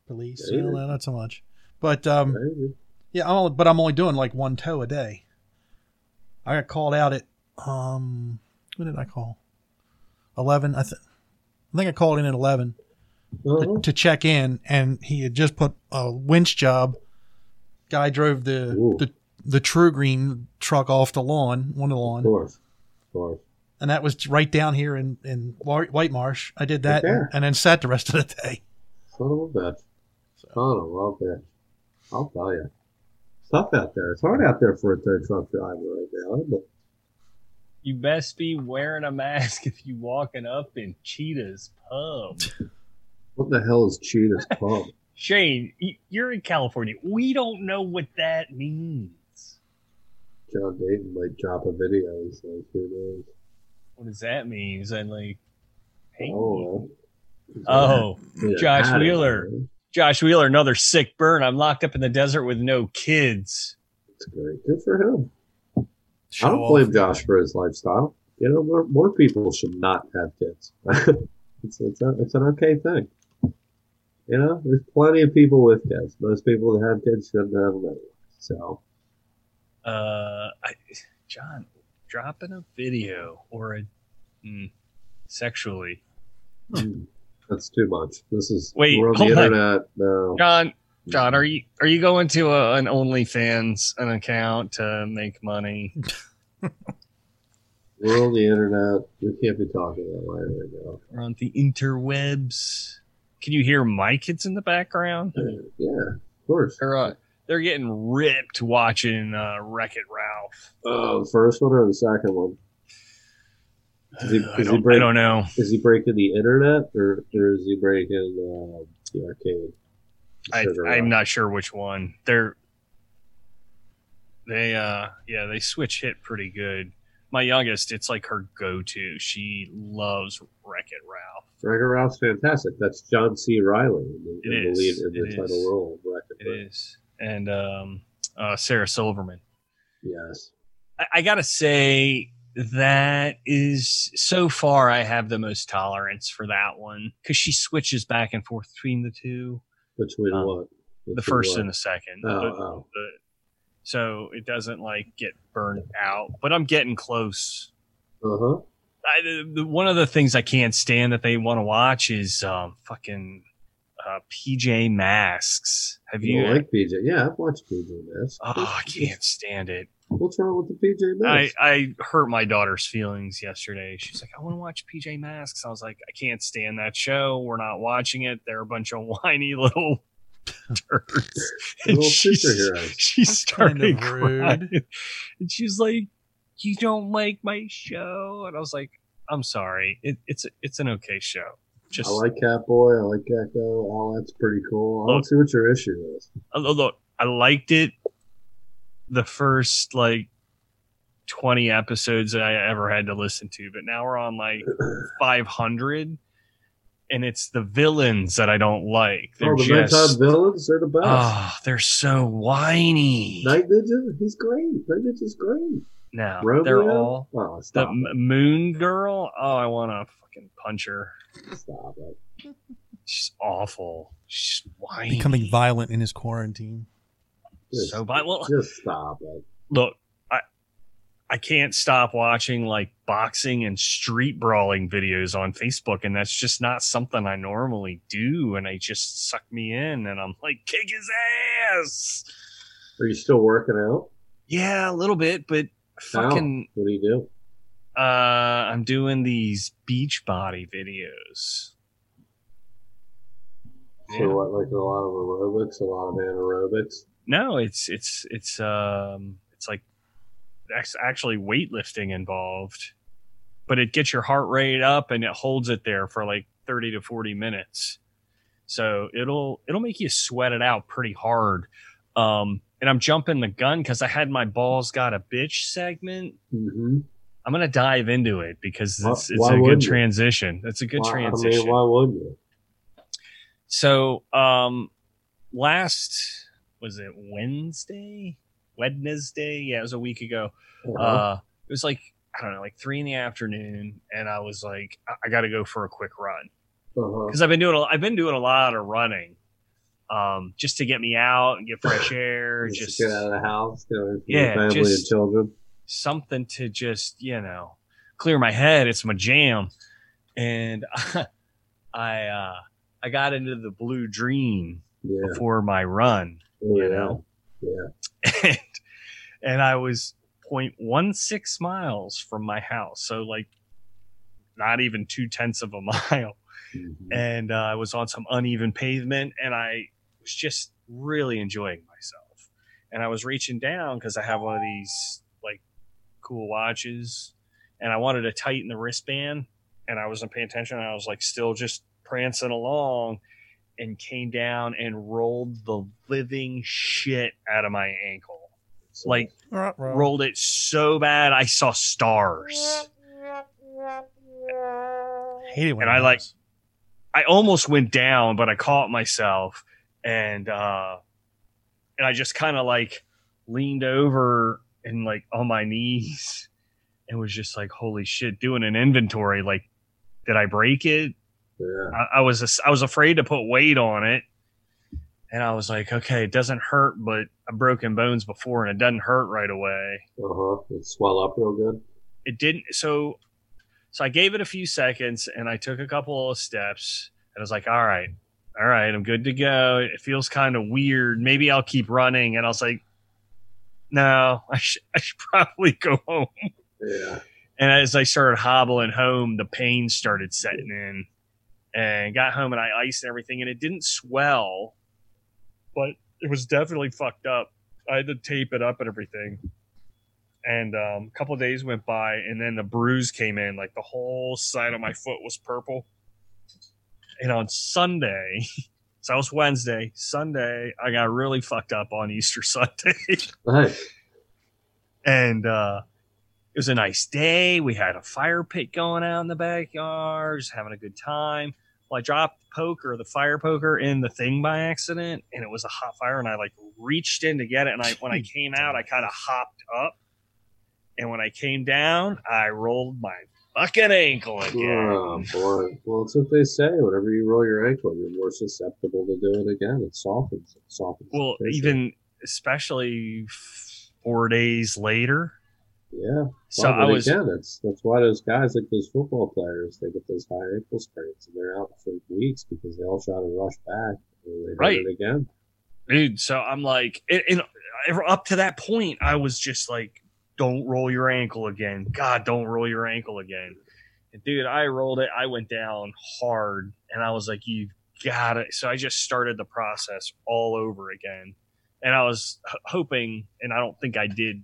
G: police,
H: Yeah.
G: no, not so much. But um,
H: Maybe.
G: Yeah, I'm only, but I'm only doing like one toe a day. I got called out at um, what did I call? Eleven. I, th- I think I called in at eleven
H: Uh-huh.
G: to, to check in, and he had just put a winch job. Guy drove the
H: Ooh.
G: the the True Green truck off the lawn, one of the
H: Of
G: lawn,
H: course. Of course.
G: and that was right down here in in Wa- White Marsh. I did that,
H: Okay.
G: and, and then sat the rest of the day.
H: Son of a bitch. Son of a bitch. I'll tell you. It's tough out there. It's hard out there for a tow truck driver right now, isn't it?
F: You best be wearing a mask (laughs) if you walking up in Cheetah's pub.
H: What the hell is Cheetah's Pub?
G: (laughs)
F: Shane, y- you're in California. We don't know what that means.
H: John Dayton might drop a video. He's like, who knows?
F: What does that mean? Is that like, hey,
H: Oh, well.
F: oh,
H: Yeah,
F: Josh
H: I don't
F: Wheeler.
H: know.
F: Josh Wheeler, another sick burn. I'm locked up in the desert with no kids.
H: It's great. Good for him.
G: Show
H: I don't
G: off.
H: blame Josh for his lifestyle. You know, more, more (laughs) people should not have kids. it's, it's, a, it's an okay thing. You know, there's plenty of people with kids. Most people that have kids shouldn't have them. anyway. So
F: Uh, I, John, dropping a video or a mm, sexually.
H: mm, that's too much. This is
F: Hmm. Wait,
H: we're on the
F: hold on.
H: internet now.
F: John, John, are you are you going to a, an OnlyFans an account to make money?
H: We're on the internet. We can't be talking that way right now.
F: Or on the interwebs? Can you hear my kids in the background?
H: Yeah, of course.
F: They're uh, they're getting ripped watching uh, Wreck It Ralph.
H: Uh, first one or the second one? Does he, does
F: Uh, I
H: he
F: don't, I
H: break?
F: don't know.
H: Is he breaking the internet or, or is he breaking um the arcade?
F: I,
H: Sugar
F: I'm
H: Rush.
F: not sure which one. They're they uh yeah, they switch hit pretty good. My youngest, it's like her go to. She loves Wreck It Ralph.
H: Wreck-It Ralph's fantastic. That's John C. Riley in the,
F: It
H: in the
F: is.
H: lead in the
F: It
H: title
F: is.
H: role. of Wreck-It
F: It
H: Ralph.
F: is. And um uh Sarah Silverman.
H: Yes.
F: I, I gotta say that is so far I have the most tolerance for that one because she switches back and forth between the two.
H: Between
F: Um,
H: what?
F: the first and the second.
H: Oh,
F: but-
H: oh.
F: but- so it doesn't like get burned out, but I'm getting close.
H: Uh huh.
F: I, the, the- one of the things I can't stand that they want to watch is um, fucking uh, PJ Masks. Have
H: You
F: you?
H: don't like PJ? Yeah, I've watched PJ Masks.
F: oh, I can't stand it.
H: What's wrong with the PJ
F: I,
H: Masks?
F: I hurt my daughter's feelings yesterday. She's like, I want to watch PJ Masks. I was like, I can't stand that show. We're not watching it. They're a bunch of (laughs) whiny little turds.
H: (laughs)
F: And
H: Little
F: (laughs) she's-
H: superheroes.
F: She
G: That's kind of
F: started crying. (laughs) And she's like, You don't like my show? And I was like, I'm sorry. It, it's it's an okay show. Just
H: I like Catboy. I like Gecko. All that's pretty cool. I don't
F: Look.
H: see what your issue is.
F: although look, I liked it the first like 20 episodes that I ever had to listen to, but now we're on
H: (clears throat)
F: like 500 and it's the villains that I don't like. They're
H: Oh, the nighttime
F: just
H: villains, they're the best.
F: oh, they're so whiny.
H: Night Ninja, he's great. Night Ninja's great.
F: no,
H: Romeo,
F: they're all
H: Oh,
F: the
H: stop
F: m- moon girl. Oh, I want to fucking punch her.
H: it. Stop it.
F: She's awful. She's whiny.
G: Becoming violent in his quarantine.
H: Just,
F: so vi- well,
H: just stop it.
F: look, I I can't stop watching like boxing and street brawling videos on Facebook, and that's just not something I normally do. And they just suck me in, and I'm like, kick his ass.
H: Are you still working out?
F: Yeah, a little bit, but fucking,
H: What do you do?
F: uh, I'm doing these beach body videos.
H: So
F: Yeah.
H: what, like a lot of aerobics, a lot of anaerobics.
F: No, it's it's it's um it's like that's actually weightlifting involved, but it gets your heart rate up and it holds it there for like thirty to forty minutes. So it'll it'll make you sweat it out pretty hard. Um, and I'm jumping the gun because I had my balls got a bitch segment.
H: Mm-hmm.
F: I'm gonna dive into it because
H: Why-
F: it's, it's
H: why
F: a good
H: wouldn't you?
F: transition. It's a good
H: why,
F: transition.
H: I mean, why wouldn't you?
F: So, um, last was it Wednesday? Wednesday? Yeah, it was a week ago.
H: Uh,
F: Uh, it was like I don't know, like three in the afternoon, and I was like, I, I got to go for a quick run
H: uh-huh.
F: because I've been doing a, I've been doing a lot of running, um, just to get me out and get
H: (laughs)
F: fresh air,
H: Just
F: just
H: get out of the house, get away from
F: Yeah,
H: your family
F: just-
H: and children.
F: something to just you know clear my head it's my jam and (laughs) i uh i got into the blue dream
H: Yeah,
F: before my run
H: yeah.
F: you know
H: yeah.
F: and, and i was 0.16 miles from my house so like not even two tenths of a (laughs) mile
H: Mhm.
F: and uh, i was on some uneven pavement and i was just really enjoying myself and i was reaching down because i have one of these like cool watches and i wanted to tighten the wristband and i wasn't paying attention and i was like still just prancing along and came down and rolled the living shit out of my ankle
H: So-
F: like rolled it so bad I saw stars.
G: Hate it when
F: and
G: it
F: I like-
G: happens.
F: I almost went down, but I caught myself and uh and I just kind of like leaned over and like on my knees and was just like holy shit doing an inventory like did I break it?
H: Yeah.
F: I, I was I was afraid to put weight on it, and I was like, okay, it doesn't hurt, but I've broken bones before, and it doesn't hurt right away.
H: Uh huh. It swell up real good.
F: It didn't. So, so I gave it a few seconds, and I took a couple of steps, and I was like, all right, all right, I'm good to go. It feels kind of weird. Maybe I'll keep running, and I was like, no, I should I should (laughs) probably go home.
H: Yeah.
F: And as I started hobbling home, the pain started setting in. And got home and I iced everything, and it didn't swell, but it was definitely fucked up. I had to tape it up and everything. And um, a couple of days went by, and then the bruise came in. Like the whole side of my foot was purple. And on Sunday, (laughs) so that was Wednesday, Sunday, I got really fucked up on Easter (laughs) Sunday.
H: Nice.
F: and uh, it was a nice day. We had a fire pit going out in the backyard, just having a good time. Well, I dropped poker, the fire poker, in the thing by accident, and it was a hot fire. And I like reached in to get it, and I when I came out, I kind of hopped up, and when I came down, I rolled my fucking ankle again.
H: Oh boy. Well, it's what they say. Whenever you roll your ankle, you're more susceptible to do it again. It softens. It softens. the
F: Well,
H: tissue.
F: even especially four days later.
H: yeah.
F: So
H: Well,
F: I
H: but
F: was
H: again, it's that's why those guys like those football players they get those high ankle sprains and they're out for weeks because they all try to rush back and they hurt
F: Right.
H: it again.
F: dude so i'm like and, and up to that point i was just like don't roll your ankle again god don't roll your ankle again and dude i rolled it i went down hard and i was like you gotta so i just started the process all over again and i was h- hoping and i don't think i did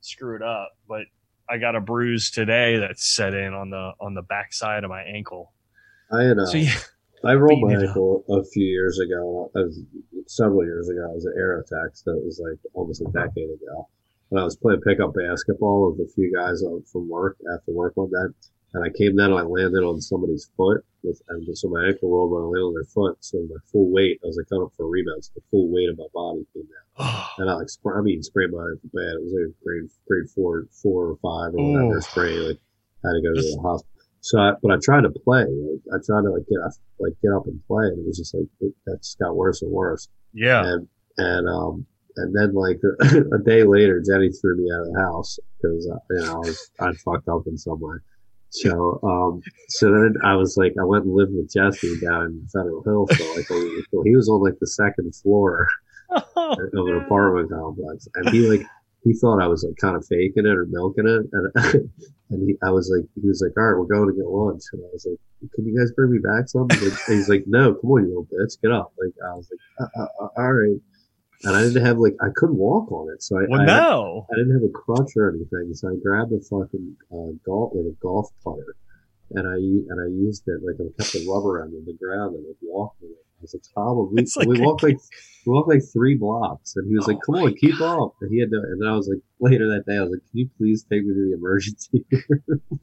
F: screw it up but i got a bruise today that set in on the on the backside of my ankle (sighs)
H: I had uh,
F: so yeah
H: (laughs) I rolled
F: beating
H: my
F: it up.
H: ankle a few years ago. I was, several years ago, I was at Aerotex. That was like almost
F: Uh-huh.
H: a decade ago. And I was playing pickup basketball with a few guys uh, from work after work one day. And I came down and I landed on somebody's foot. With, and so my ankle rolled when I landed on their foot. So my full weight, I was like coming up for rebounds. The full weight of my body came down. And I like, spr- I mean, sprained my ankle bad. It was like grade, grade four, four or five or whatever
F: Oh.
H: sprain. Like, had to go to
F: Just-
H: the hospital. So, I, but I tried to play. Like, I tried to like get up, like get up and play, and it was just like it, that just got worse and worse.
F: yeah
H: And and um and then like (laughs) a day later, Jenny threw me out of the house because uh, you know I was I fucked up in some way. So um so then I was like I went and lived with Jesse down in Federal Hill for like a week. Well, he was on like the second floor of an apartment complex, and he like he thought I was like kind of faking it or milking it, and (laughs) and he, I was like he was like, all right, we're going to get lunch, and I was like, can you guys bring me back some? Like, and he's like, no, come on, you little bitch, get up. Like I was like, uh, uh, uh, all right, and I didn't have like I couldn't walk on it, so I
F: well
H: I,
F: no
H: I didn't have a crutch or anything, so I grabbed a fucking uh, golf like a golf putter, and I u- and I used it like I kept the rubber end in the ground and like walked with it. I was like, Tom, we,
F: It's like
H: we
F: a
H: walked
F: (laughs)
H: like we walked like three blocks, and he was
F: Oh
H: like, "Come
F: my
H: on, keep up." And he had to, and then I was like, (laughs) later that day, I was like, "Can you please take me to the emergency?" (laughs) room?"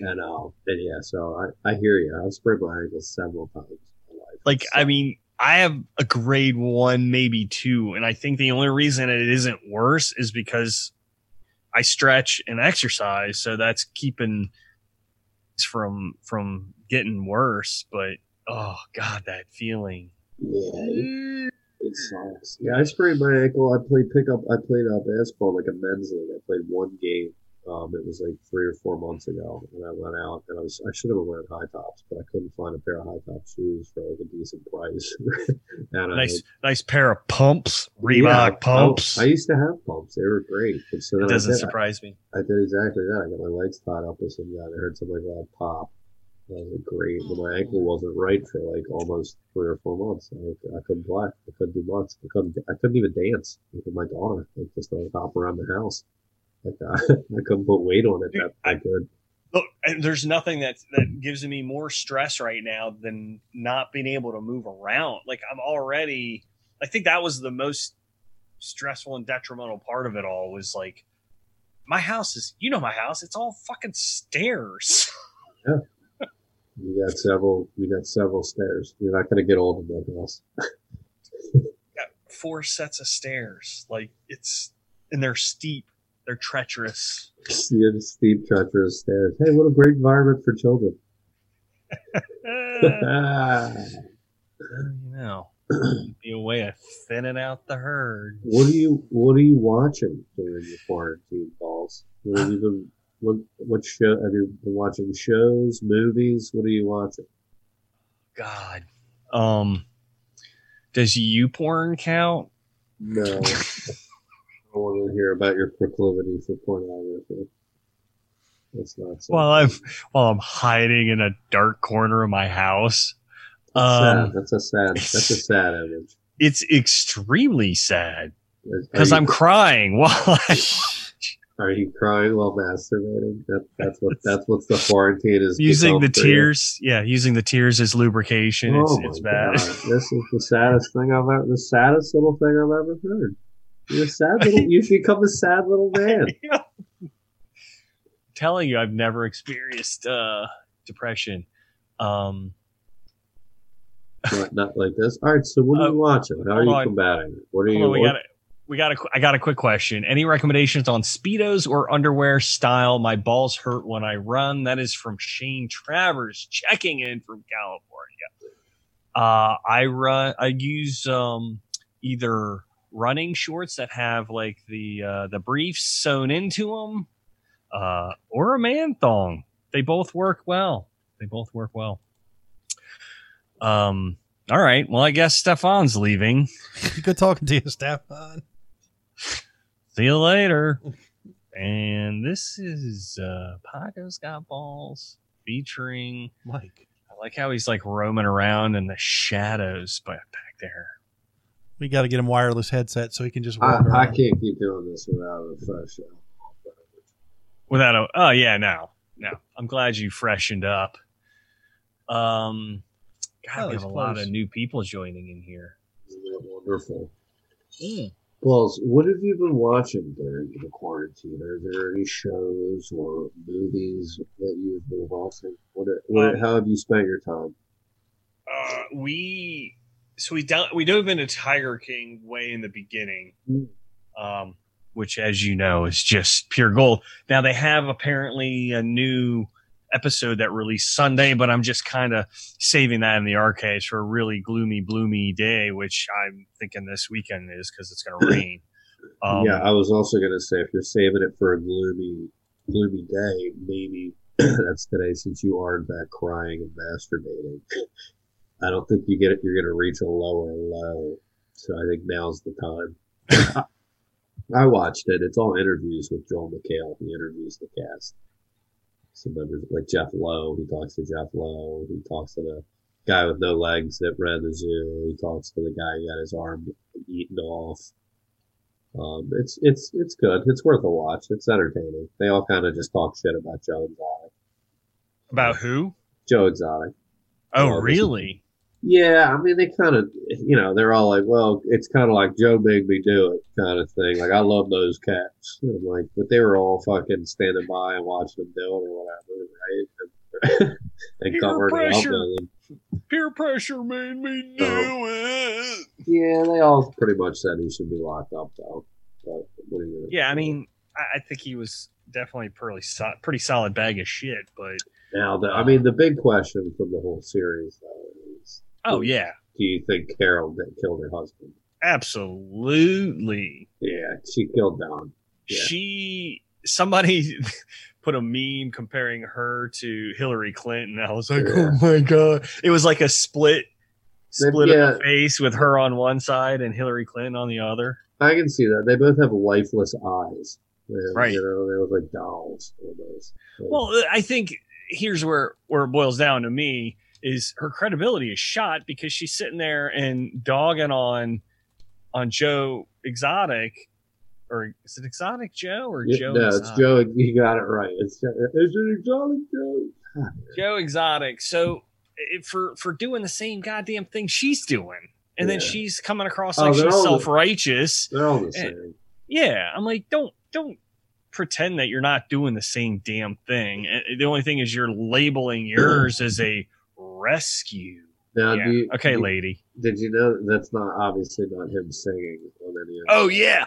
H: and uh, and yeah, so I I hear you. I've sprained my ankle several times in my life.
F: like i mean i have a grade one maybe two and i think the only reason it isn't worse is because i stretch and exercise so that's keeping it's from from getting worse but oh god that feeling
H: yeah. It sucks. Yeah, I sprained my ankle. I played pickup. I played uh, basketball like a men's league. I played one game. Um, it was like three or four months ago, and I went out and I was I should have been wearing high tops, but I couldn't find a pair of high top shoes for like a decent price. (laughs) and
F: nice nice pair of pumps
H: I,
F: reebok
H: yeah,
F: pumps
H: I, I used to have pumps. They were great. But so then
F: it
H: I
F: doesn't
H: did-
F: surprise me
H: I did exactly that. I got my legs tied up with some guy. and I heard something loud pop. That was like, great. But my ankle wasn't right for like almost three or four months. I, I couldn't play. I couldn't do much. I couldn't. I couldn't even dance with my daughter. Like just like hop around the house. Like (laughs) I, I couldn't put weight on it. That I could.
F: Look, and there's nothing that that gives me more stress right now than not being able to move around. Like I'm already, I think that was the most stressful and detrimental part of it all was like my house is, you know, my house, it's all fucking stairs. (laughs)
H: You got several. You got several stairs. You're not gonna get old in that house. (laughs)
F: Four sets of stairs. Like it's, and they're steep, they're treacherous.
H: You have steep, treacherous stairs. Hey, what a great environment for children.
F: Eh.
H: Ah. (laughs)
F: you know, be a way of thinning out the herd.
H: What are you What are you watching during your quarantine, balls? What have you been? What What show have you been watching? Shows, movies? What are you watching?
F: God. Um, does you porn count?
H: (laughs) No, I want to hear about your proclivity for pornography. That's not.
F: While I'm while I'm hiding in a dark corner of my house.
H: sad.
F: Um,
H: that's a sad. That's a sad image.
F: it's extremely sad
H: Are
F: because
H: you-
F: I'm crying (laughs) while
H: (laughs)
F: I.
H: Are you crying while masturbating? That, that's what. That's what the quarantine is
F: using the
H: become for you.
F: tears yeah using the tears as lubrication it's,
H: Oh my
F: it's bad
H: God. (laughs) This is the saddest thing I've ever. The saddest little thing I've ever heard. You're a sad (laughs) little. you should become a sad little (laughs) man.
F: (laughs) telling you i've never experienced uh depression um
H: not, not like this. All right. So what are you
F: Uh,
H: watching? How are
F: hold
H: you
F: on.
H: combating it? What are
F: hold
H: you?
F: on, we
H: what-
F: got it we got a qu- i got a quick question any recommendations on speedos or underwear style my balls hurt when i run that is from shane travers checking in from california uh i run i use um either running shorts that have like the uh the briefs sewn into them uh or a man thong they both work well they both work well um all right well i guess stefan's leaving
G: Good talking to (laughs) you, Stefan.
F: See you later. And this is uh Paco's Got Balls featuring
G: Mike,
F: I like how he's like roaming around in the shadows but back there.
G: we got to get him wireless headset so he can just walk around.
H: I, I can't keep doing this without a fresh. alcohol beverage.
F: Without a oh yeah, no. No. I'm glad you freshened up. Um God,
G: Oh,
F: we
G: he's
F: have a lot
G: close.
F: of new people joining in here.
H: Isn't that wonderful?
F: Mm.
H: Balls, what have you been watching during the quarantine? Are there any shows or movies that you've been watching? What, what,
F: Um,
H: how have you spent your time?
F: Uh we so we don't we dove into Tiger King way in the beginning.
H: Mm.
F: um, which, as you know, is just pure gold. Now they have apparently a new episode that released Sunday, but I'm just kind of saving that in the archives for a really gloomy, bloomy day, which I'm thinking this weekend is because it's going to rain. Um,
H: yeah, I was also going to say if you're saving it for a gloomy, gloomy day, maybe (clears throat) that's today since you are in fact crying and masturbating. I don't think you get it. You're going to reach a lower low, so I think now's the time. I watched it. It's all interviews with Joel McHale. He interviews the cast. Some members like Jeff Lowe. He talks to Jeff Lowe. He talks to the guy with no legs that ran the zoo. He talks to the guy who got his arm eaten off. Um, it's it's it's good. It's worth a watch. It's entertaining. They all kind of just talk shit about Joe Exotic.
F: About who?
H: Joe Exotic.
F: Oh,
H: Yeah, this is-
F: really?
H: Yeah, I mean they kind of you know they're all like, well, it's kind of like Joe Big Me Do It kind of thing. Like I love those cats. And I'm like, but they were all fucking standing by and watching them do it or whatever, right? (laughs) And,
F: Peer
H: covering it up
F: pressure.
H: with them.
F: Peer pressure made me do
H: No.
F: it.
H: Yeah, they all pretty much said he should be locked up though. But what are you gonna
F: Yeah, I
H: do?
F: mean, I, I think he was definitely pretty so- pretty solid bag of shit, but
H: now the, I mean the big question from the whole series though is
F: oh yeah,
H: do you think Carol that killed her husband?
F: absolutely.
H: Yeah, she killed Don. Yeah.
F: she somebody (laughs) put a meme comparing her to Hillary Clinton. I was like,
H: Yeah.
F: oh my god! It was like a split split
H: yeah.
F: of the face with her on one side and Hillary Clinton on the other.
H: I can see that. They both have lifeless eyes. They have,
F: Right.
H: You know, they look like dolls almost. Like,
F: Well, I think here's where where it boils down to me is her credibility is shot because she's sitting there and dogging on on Joe Exotic. Or is it Exotic Joe or
H: yeah,
F: Joe?
H: no, it's
F: Exotic?
H: Joe. You got it right. It's, Jo- it's an exotic Joe.
F: Joe Exotic. So it, for for doing the same goddamn thing she's doing, and then
H: Yeah.
F: she's coming across
H: Oh,
F: like
H: they're
F: she's
H: all-
F: self righteous.
H: They're all the same.
F: Yeah, I'm like, don't don't pretend that you're not doing the same damn thing. And the only thing is
H: (clears throat)
F: you're labeling yours as a rescue.
H: Now,
F: Yeah.
H: do you,
F: Okay,
H: do you-
F: lady.
H: Did you know that that's not obviously not him singing on any of
F: Oh yeah,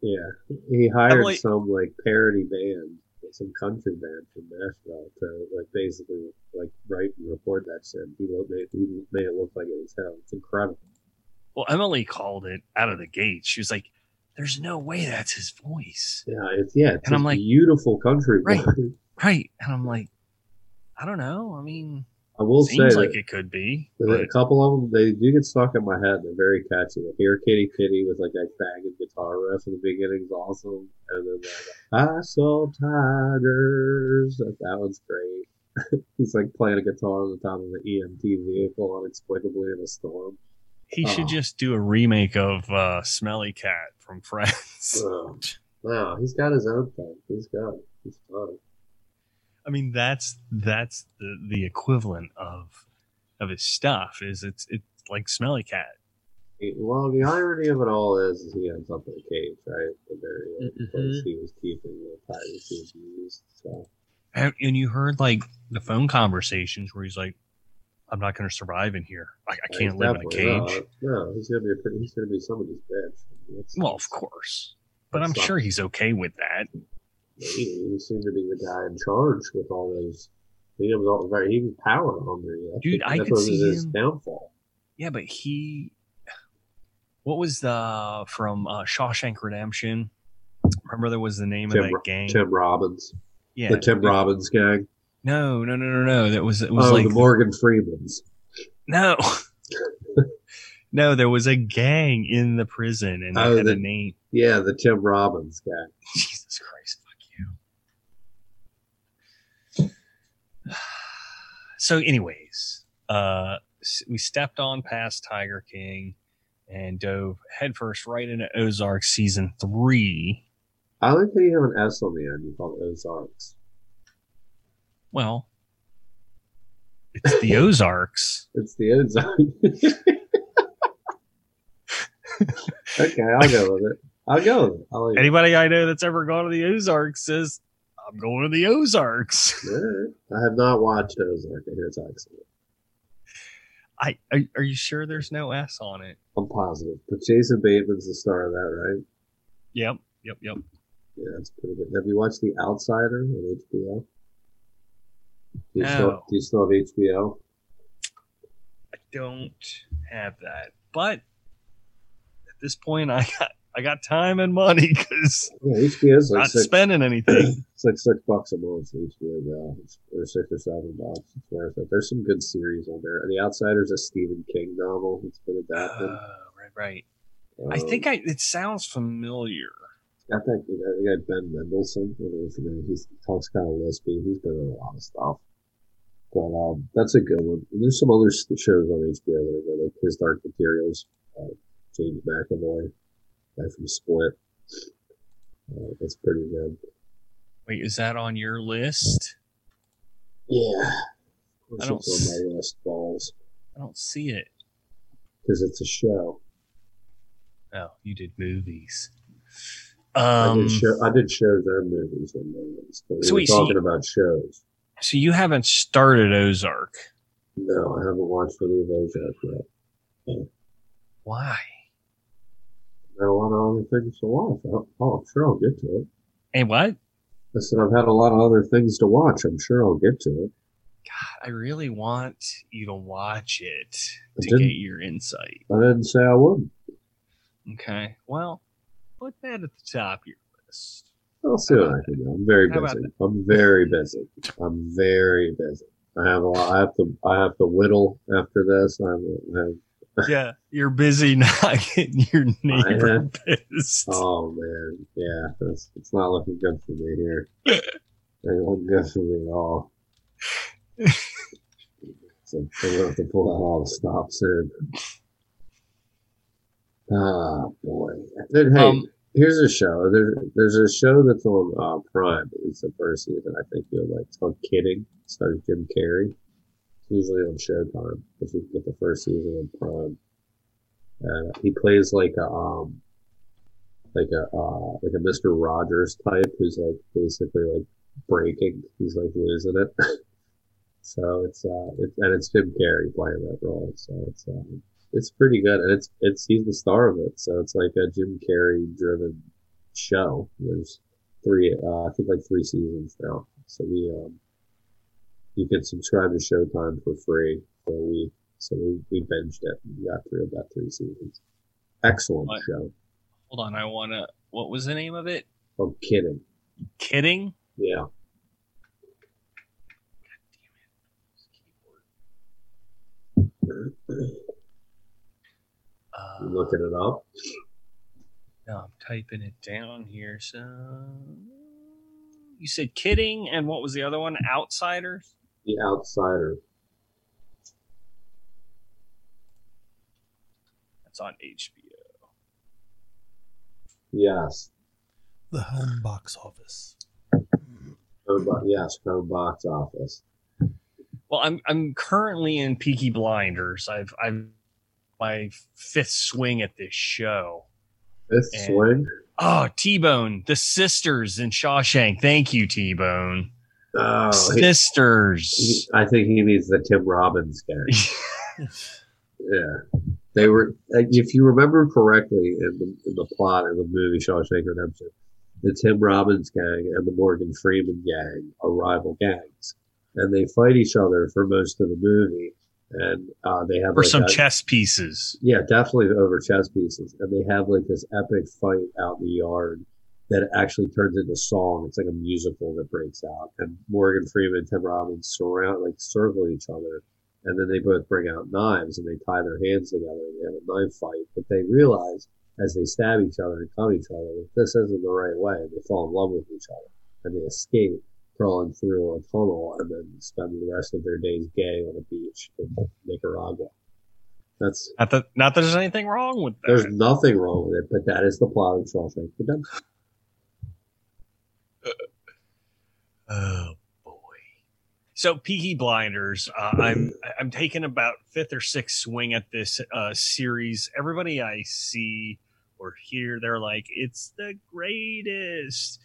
H: Yeah, he hired
F: like-
H: some like parody band, some country band from Nashville to like basically like write and record that shit. He lo- made, he made it look like it was hell. It's incredible.
F: Well, Emily called it out of the gate. She was like, "There's no way that's his voice."
H: Yeah, it's yeah, it's
F: And I'm
H: this
F: like-
H: beautiful country.
F: Right.
H: boy.
F: Right. And I'm like, I don't know. I mean,
H: (laughs) I will
F: seems
H: say
F: like
H: that
F: it could be.
H: that
F: but-
H: a couple of them they do get stuck in my head. They're very catchy. Like "Here, Kitty, Kitty" with like that banging guitar riff in the beginning is awesome, and then like "I saw tigers." That that one's great. (laughs) He's like playing a guitar on the top of an EMT vehicle inexplicably in a storm.
F: He
H: Oh.
F: should just do a remake of uh, Smelly Cat from Friends.
H: Oh, wow, he's got his own thing. He's got it. He's fun.
F: (laughs) I mean, that's that's the, the equivalent of of his stuff. Is it's it's like Smelly Cat.
H: He- Well, the irony of it all is, is he ends up in a cage, right? The very end,
F: Mhm.
H: place he was keeping the tigers he was used. So.
F: And, and you heard like the phone conversations where he's like, "I'm not going to survive in here. I, I can't
H: He's
F: live in a
H: definitely
F: cage."
H: not. No, he's gonna be a pretty, he's gonna be somebody's bitch. That's-
F: Well, of course, but
H: That's
F: I'm
H: not-
F: sure he's okay with that.
H: He, he seemed to be the guy in charge with all those. He was all very he was power hungry. I
F: Dude,
H: think
F: I
H: that
F: could
H: was
F: see
H: his
F: him-
H: downfall.
F: Yeah, but he. What was the from uh, Shawshank Redemption? Remember there was the name of that
H: Ro-
F: gang.
H: Tim Robbins,
F: yeah,
H: the Tim
F: the-
H: Robbins gang.
F: No, no, no, no, no. That was it was
H: oh,
F: like
H: the Morgan Freemans.
F: no, (laughs) no. There was a gang in the prison, and they
H: Oh,
F: had
H: the-
F: a name. (laughs)
H: Yeah, the Tim Robbins gang.
F: Jesus Christ, fuck you. (sighs) So, anyways, uh, s- we stepped on past Tiger King and dove headfirst right into Ozark season three.
H: I like that you have an S on the end. You call it Ozarks.
F: Well,
H: (laughs)
F: it's the Ozarks.
H: It's the Ozark. (laughs) okay, I'll go with it. I'll go with it. I like it.
F: Anybody I know that's ever gone to the Ozarks says, I'm going to the Ozarks. (laughs)
H: Alright. I have not watched Ozark. I hear it's excellent.
F: I are, are you sure there's no S on it?
H: I'm positive. But Jason Bateman's the star of that, right?
F: Yep, yep, yep.
H: Yeah, that's pretty good. Have you watched The Outsider on HBO? Do you,
F: No.
H: still, do you still have HBO?
F: I don't have that. But at this point, I got I got time and money (laughs) because
H: Yeah, HBO's like
F: not
H: six,
F: spending anything.
H: (clears throat) it's like six bucks a month. HBO now, It's- or six or seven bucks. It's worth it. There's some good series on there. The Outsider's a Stephen King novel. It's been adapted.
F: Uh, right, right. I
H: Um,
F: think I. It sounds familiar.
H: I think you know, they got Ben Mendelsohn. I don't know if you know, he's, he talks kind of lispy. He's been in a lot of stuff. But um, that's a good one. And there's some other s- shows on HBO that are good, like His Dark Materials, uh, James McAvoy, guy from Split. Uh, that's pretty good.
F: Wait, is that on your list?
H: Yeah.
F: I
H: I
F: don't
H: don't on my list balls
F: I don't see it.
H: because it's a show.
F: Oh, you did movies.
H: I
F: Um,
H: did show. I did shows and movies on my list. But
F: So
H: we
F: wait,
H: were
F: so
H: talking
F: you-
H: about shows.
F: so you haven't started Ozark.
H: No, I haven't watched any of those yet.
F: Why?
H: had a lot of other things to watch. Oh, I'm sure I'll get to it.
F: Hey, what?
H: I said I've had a lot of other things to watch. I'm sure I'll get to it.
F: I really want you to watch it
H: I
F: to
H: didn't.
F: get your insight.
H: I didn't say I wouldn't.
F: Okay. Well, put that at the top of your
H: (laughs)
F: list.
H: I'll see what I can do. I'm very
F: How about
H: busy. I'm very busy. I'm very busy. I have a lot. I have to. I have to whittle after this. I'm. I'm
F: Yeah, you're busy (laughs) not getting your neighbor pissed.
H: oh man, yeah. That's, it's not looking good for me here. It ain't looking good for me at all. so I'm gonna have to pull out all the stops soon. Ah, boy. Then, hey,
F: Um,
H: here's a show. There, there's a show that's on uh, Prime. It's a Percy that I think you'll like. It's called Kidding. It stars Jim Carrey. It's usually on Showtime, but you can get the first season on Prime. Uh, he plays like a um, like a uh, like a Mister Rogers type who's like basically like breaking. He's like losing it. (laughs) so it's uh, it, and it's Jim Carrey playing that role. So it's um, it's pretty good, and it's it's he's the star of it, so it's like a Jim Carrey driven show. There's three, uh, I think, like three seasons now. So we um, you can subscribe to Showtime for free for a week. So we, we binged it. We got through about three seasons. Excellent
F: What?
H: show.
F: Hold on, I want to. What was the name of it?
H: I'm kidding.
F: Kidding?
H: Yeah. You
F: Uh,
H: looking it up?
F: no, I'm typing it down here. So you said kidding, and what was the other one? Outsiders.
H: The Outsider.
F: That's on HBO.
H: Yes.
G: The home box office.
H: Home bo- yes, home box office.
F: Well, I'm I'm currently in Peaky Blinders. I've I've my fifth swing at this show.
H: Fifth
F: And-
H: swing.
F: Oh, T Bone, the sisters in Shawshank. Thank you, T Bone.
H: Oh, he- he-
F: sisters.
H: I think he needs the Tim Robbins
F: (laughs)
H: guy. Yeah, they were. uh, If you remember correctly, in the, in the plot of the movie Shawshank Redemption, the Tim Robbins gang and the Morgan Freeman gang are rival gangs, and they fight each other for most of the movie. And uh, they have
F: For
H: like,
F: some
H: a-
F: chess pieces.
H: yeah, definitely over chess pieces, and they have like this epic fight out in the yard that actually turns into song. It's like a musical that breaks out, and Morgan Freeman and Tim Robbins surround like circle each other, and then they both bring out knives and they tie their hands together and they have a knife fight. But they realize as they stab each other and cut each other that this isn't the right way, and they fall in love with each other and they escape. Crawling through a tunnel and then spend the rest of their days gay on a beach in Nicaragua. That's
F: Not that not that there's anything wrong with that.
H: there's nothing wrong with it, but that is the plot of Shawshank Redemption.
F: Oh boy. So Peaky Blinders, uh, I'm I'm taking about fifth or sixth swing at this uh, series. Everybody I see or hear, they're like, "It's the greatest."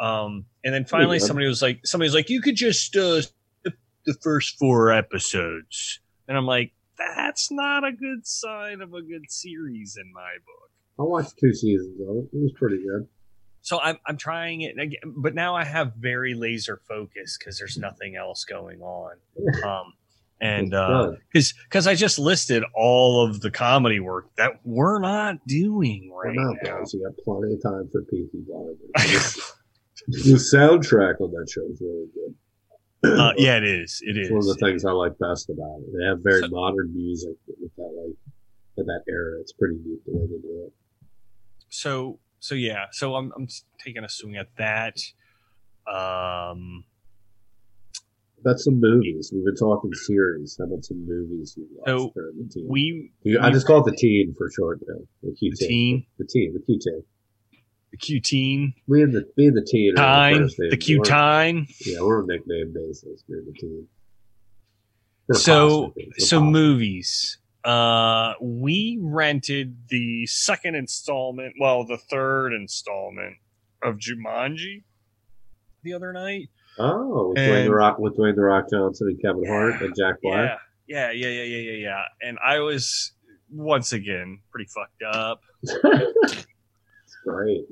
F: Um, and then finally,
H: Yeah.
F: somebody was like, "Somebody was like, you could just uh, skip the first four episodes," and I'm like, "That's not a good sign of a good series in my book."
H: I watched two seasons of it. It was pretty good.
F: so I'm, I'm trying it again, but now I have very laser focus because there's nothing else
H: (laughs)
F: going on. Um, and
H: It's
F: because
H: good.
F: because I just listed all of the comedy work that we're not doing
H: We're
F: right
H: not
F: now.
H: guys. You got plenty of time for Peaky Blinders. the soundtrack on that show is really good.
F: (laughs) uh, yeah, it is. It
H: it's one of the
F: is.
H: things I like best about it. They have very
F: So-
H: modern music with that like in that era. It's pretty neat the way they do it.
F: So so yeah. So I'm I'm s- taking a swing at that. Um.
H: That's some movies. We've been talking series. How about some movies you watched
F: So,
H: during the teen?
F: We
H: You- I just call it the teen for short now. The Q
F: the
H: teen.
F: teen
H: The teen. The Q teen.
F: the Q teen
H: Me and the me and the teen. are
F: time
H: first name
F: the Q
H: words.
F: time.
H: Yeah, we're a nickname basis. We're the team.
F: so
H: Apostrophe,
F: so
H: apostrophe.
F: movies uh we rented the second installment well the third installment of jumanji the other night
H: Oh, with Dwayne
F: and-
H: the Rock with Dwayne the Rock Johnson and Kevin Hart and Jack Black.
F: yeah yeah yeah yeah yeah yeah yeah and i was once again pretty fucked up (laughs)
H: (laughs) it's great.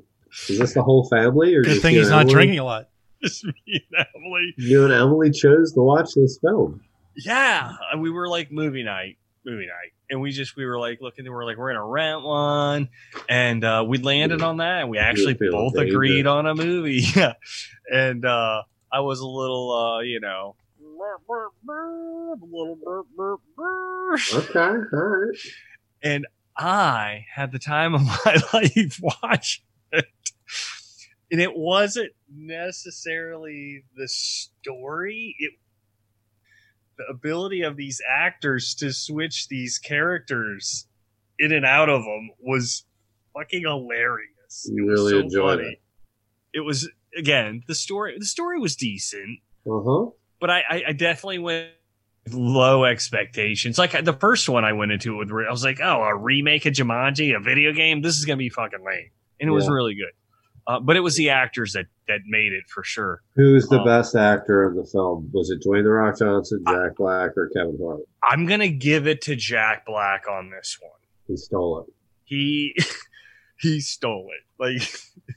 H: Is this the whole family? Or
G: Good
H: just
G: thing
H: you
G: he's
H: and
G: not
H: Emily?
G: drinking a lot.
F: just me and emily
H: You and Emily chose to watch this film.
F: yeah and we were like movie night movie night and we just we were like looking we were like we're gonna rent one and uh we landed on that and we actually
H: feel
F: both
H: big,
F: agreed
H: but-
F: on a movie (laughs) yeah and uh i was a little uh you know
H: Okay, all right.
F: and i had the time of (laughs) my life watching it and it wasn't necessarily the story it the ability of these actors to switch these characters in and out of them was fucking hilarious.
H: You
F: It was
H: really
F: so
H: enjoyed
F: funny. It was again the story. The story was decent,
H: Uh huh.
F: but I, I, I definitely went with low expectations. Like the first one I went into it with, I was like, oh, a remake of Jumanji, a video game. This is gonna be fucking lame, and it was
H: Yeah.
F: really good. Uh, but it was the actors that that made it for sure.
H: Who's the
F: Um,
H: best actor in the film? Was it Dwayne the Rock Johnson, Jack Black, or Kevin Hart?
F: I'm gonna give it to Jack Black on this one.
H: He stole it.
F: he (laughs) he stole it like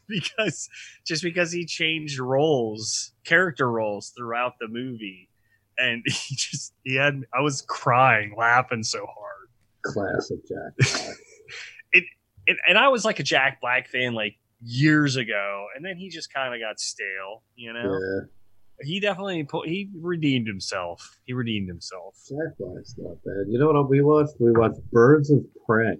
F: (laughs) because just because he changed roles character roles throughout the movie and (laughs) he just he had I was crying, laughing so hard.
H: Classic
F: (laughs)
H: Jack. Black.
F: and, and I was like a Jack Black fan like years ago, and then he just kind of got stale. You know,
H: yeah,
F: he definitely put, he redeemed himself. He redeemed himself.
H: Jack Black's not bad. You know what we watched? We watched Birds of Prey.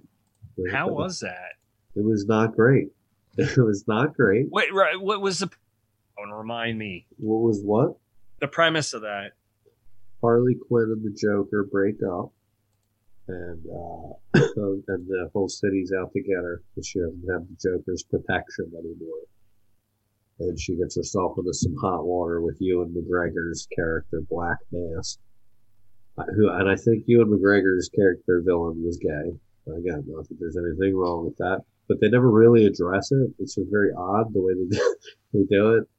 F: How was that?
H: it? Was not great. (laughs) It was not great.
F: Wait, right, what was the? I want to remind me
H: What was what?
F: the premise of that.
H: Harley Quinn and the Joker break up, and uh, (coughs) and the whole city's out together. And she doesn't have the Joker's protection anymore, and she gets herself into some hot water with Ewan McGregor's character Black Mask, uh, who and I think Ewan McGregor's character villain was gay. Again, not that there's anything wrong with that, but they never really address it. It's just very odd the way they do, (laughs) they do it.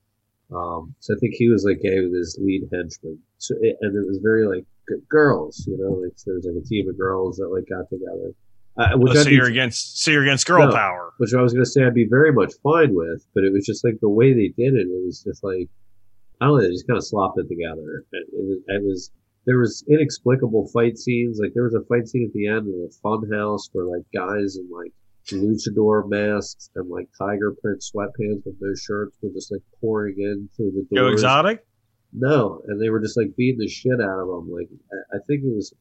H: Um, so I think he was like gay with his lead henchman. So it, and it was very like g- girls, you know, like so there was like a team of girls that like got together. Uh, which
F: Oh,
H: I'd
F: so
H: be-
F: you're against so you're against girl
H: No.
F: power.
H: which I was gonna say I'd be very much fine with, but it was just like the way they did it. It was just like I don't know, they just kind of slopped it together. It, it was, it was there was inexplicable fight scenes. Like there was a fight scene at the end of the Funhouse where like guys in like luchador masks and like tiger print sweatpants with no shirts were just like pouring in through the
F: Go
H: doors.
F: exotic.
H: No, and they were just like beating the shit out of them. Like I, I think it was,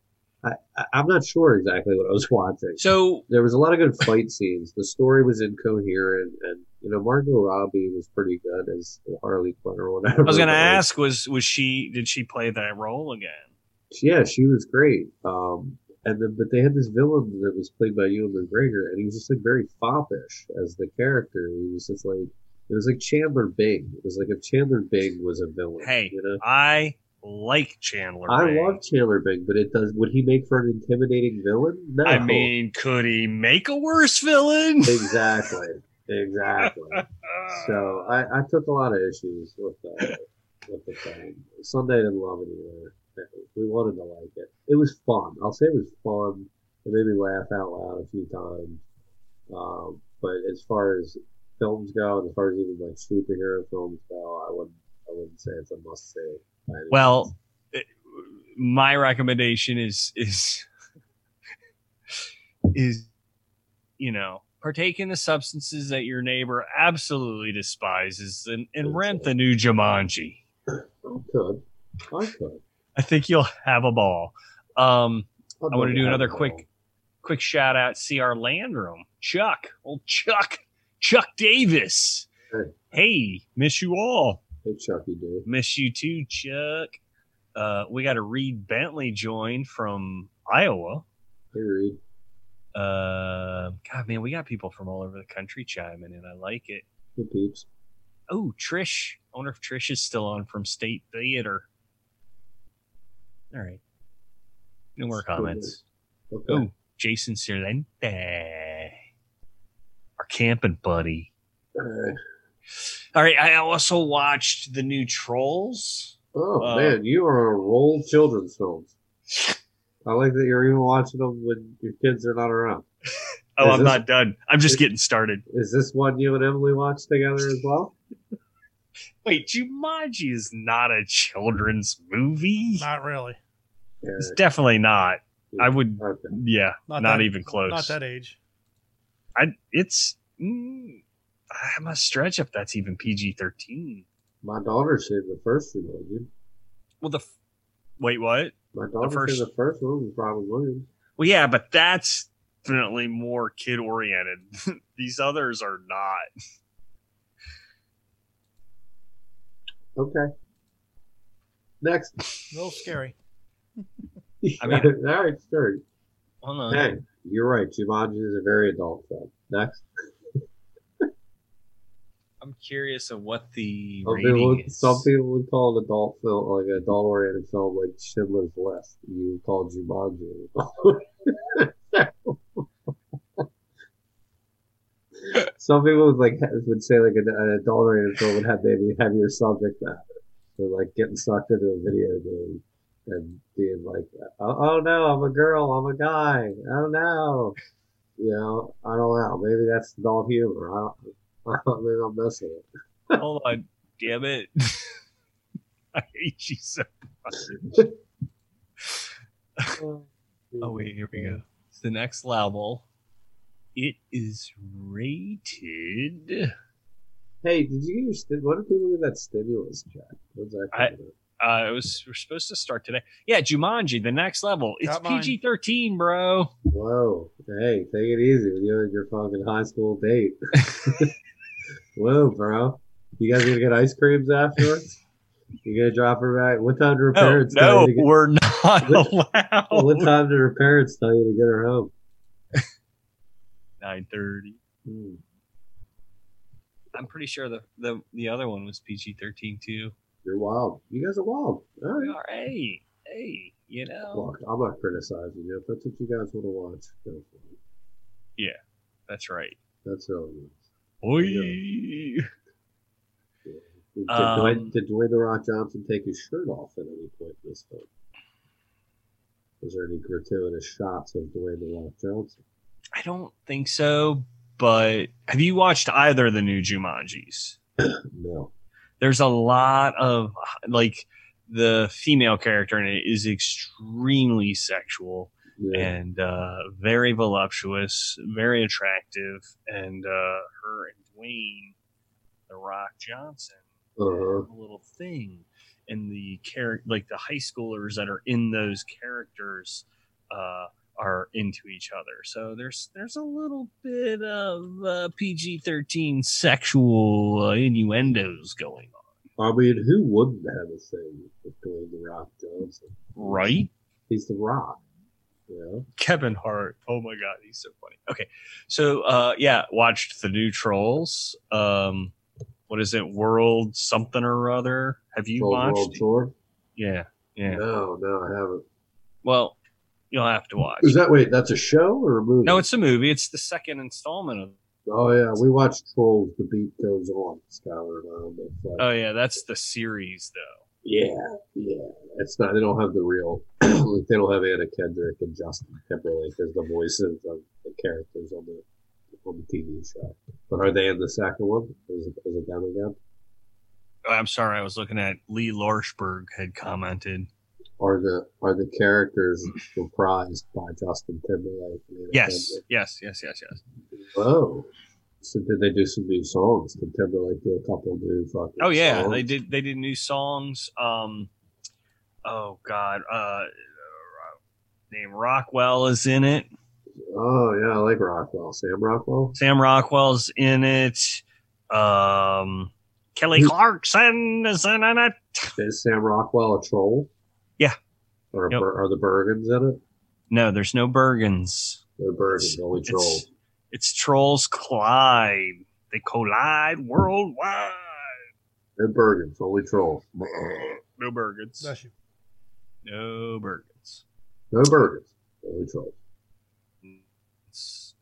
H: I, I I'm not sure exactly what I was (laughs) watching.
F: So
H: there was a lot of good fight scenes. The story was incoherent, and you know Margot Robbie was pretty good as Harley Quinn or whatever.
F: I was gonna
H: Like,
F: ask was was she did she play that role again?
H: Yeah, she was great. Um, and then but they had this villain that was played by Ewan McGregor, and he was just like very foppish as the character. He was just like it was like Chandler Bing. It was like if Chandler Bing was a villain.
F: Hey,
H: you know.
F: I like Chandler.
H: I
F: Bing.
H: love Chandler Bing, but it does. Would he make for an intimidating villain? No.
F: I mean, could he make a worse villain? (laughs) Uh,
H: exactly, exactly. So I, I took a lot of issues with the with the thing. Sunday didn't love it either. We wanted to like it. It was fun. I'll say it was fun. It made me laugh out loud a few times. Um, but as far as films go, and as far as even like superhero films go, I wouldn't I wouldn't say it's a must see. by any means.
F: Well, it- my recommendation is is is you know partake in the substances that your neighbor absolutely despises and, and rent the new Jumanji.
H: I could. I could.
F: I think you'll have a ball. Um,
H: I'd
F: I
H: love
F: want to do
H: have
F: another
H: it all.
F: quick quick shout out. See our Landrum, Chuck, old Chuck, Chuck Davis.
H: Hey.
F: Hey, miss you all.
H: Hey, Chucky, dude.
F: Miss you too, Chuck. Uh, we got a Reed Bentley join from Iowa.
H: Hey, Reed.
F: Uh, God, man, we got people from all over the country chiming in. I like it.
H: Hey, peeps.
F: Oh, Trish. I wonder if Trish is still on from State Theater. All right. No more comments.
H: Okay.
F: Oh, Jason Sirlente. Our camping buddy.
H: Uh,
F: All right. I also watched the new Trolls.
H: Oh
F: Uh,
H: man, you are a roll children's films. I like that you're even watching them when your kids are not around.
F: Oh,
H: Is
F: I'm
H: this-
F: not done. I'm just
H: is-
F: getting started.
H: Is this one you and Emily watched together as well?
F: Wait, Jumanji is not a children's movie.
G: Not really.
F: It's definitely not. I would,
H: Okay.
F: yeah, not,
G: Not that-
F: even close.
G: Not that age.
F: I, it's, mm, I'm a stretch if that's even PG 13.
H: My daughter saved the first one, dude.
F: Well, the, f- wait, what?
H: My daughter
F: first-
H: saved the first one was Robin Williams.
F: Well, yeah, but that's definitely more kid oriented. (laughs) These others are not.
H: Okay. Next.
G: A little scary.
F: I mean-
H: (laughs)
F: uh,
H: all right, sure.
F: Hold on.
H: Hey, you're right. Jumanji is a very adult film. Next.
F: I'm curious of what the
H: Some people,
F: rating
H: would,
F: is.
H: some people would call it adult film, like an adult oriented film, like Schindler's List. You would call Jumanji. (laughs) some people would like would say like an, an adult oriented film would have maybe heavier subject matter, so like getting sucked into a video game and being like, oh, oh no, I'm a girl, I'm a guy, oh no, you know, I don't know, maybe that's adult humor. (laughs) I don't, I don't, maybe I'm missing it.
F: Hold on. Damn it. (laughs) I hate you so much. oh wait, here we go. It's the next level. It is rated.
H: Hey, did you get your sti- why don't people get that stimulus check? What's that
F: I-
H: called?
F: Uh, it was we're supposed to start today. Yeah, Jumanji, the next level. It's
I: Got mine.
F: PG thirteen, bro.
H: Whoa. Hey, take it easy with you and your fucking high school
F: (laughs)
H: date. Whoa, bro. You guys gonna get ice creams afterwards? You gonna drop her back? What time do her
F: Oh, No,
H: parents tell
F: no
H: you to get,
F: we're not
H: what
F: allowed.
H: time did
F: (laughs)
H: her parents tell you to get her home?
F: Nine thirty.
H: Hmm.
F: I'm pretty sure the the, the other one was PG thirteen too.
H: You're wild. You guys are wild. All
F: We
H: right.
F: are, hey, hey, you know
H: Look, I'm not criticizing you. If that's what you guys want to watch, go for it.
F: that's right.
H: That's all it is.
F: Oi.
H: Did,
F: Um,
H: Dwayne, did Dwayne the Rock Johnson take his shirt off at any point in this film? Was there any gratuitous shots of Dwayne the Rock Johnson?
F: I don't think so, but have you watched either of the new Jumanjis?
H: No.
F: There's a lot of like the female character in it is extremely sexual
H: Yeah.
F: and uh, very voluptuous, very attractive, and uh, her and Dwayne, the Rock Johnson,
H: Uh-huh.
F: have a little thing, and the character, like the high schoolers that are in those characters, uh, are into each other. So there's there's a little bit of uh, PG thirteen sexual uh, innuendos going on,
H: I mean, who wouldn't have a thing with Dwayne the Rock Johnson?
F: right?
H: He's the Rock. You know?
F: Kevin Hart. Oh my god, he's so funny. Okay, so uh, yeah, watched the new Trolls. Um, what is it, World something or other? Have you
H: Full World
F: watched? it?
H: Tour?
F: Yeah, yeah.
H: No, no, I haven't.
F: Well, you'll have to watch.
H: Is that wait? That's a show or a movie?
F: No, it's a movie. It's the second installment of.
H: Oh yeah, we watched Trolls. The beat goes on. Skylar and I on the flight.
F: Oh yeah, that's the series though.
H: Yeah, yeah. It's not. They don't have the real. (clears throat) like they don't have Anna Kendrick and Justin Timberlake as the voices of the characters on the on the TV show. But are they in the second one? Is it, is it them again?
F: Oh, I'm sorry, I was looking at Lee Larshberg had commented.
H: Are the are the
F: (clears throat)
H: characters reprised by Justin Timberlake? And Anna
F: Yes, yes, yes, yes, yes.
H: Kendrick? Oh. So did they do some new songs? Did Timberlake do a couple new fucking?
F: Oh yeah,
H: songs?
F: they did. They did new songs. Um, oh god, uh, name Rockwell is in it.
H: Oh yeah, I like Rockwell. Sam Rockwell.
F: Sam Rockwell's in it. Um, Kelly
H: Who-
F: Clarkson is in it.
H: Is Sam Rockwell a troll?
F: Yeah.
H: Or
F: Yep.
H: are the Bergens in it?
F: No, there's no Bergens.
H: The Bergens, the only
F: It's-
H: troll.
F: It's trolls collide. They collide worldwide.
H: No Bergens, only troll.
F: No Bergens.
G: Bless you.
F: No Bergens.
H: No Bergens, only troll.
F: It's-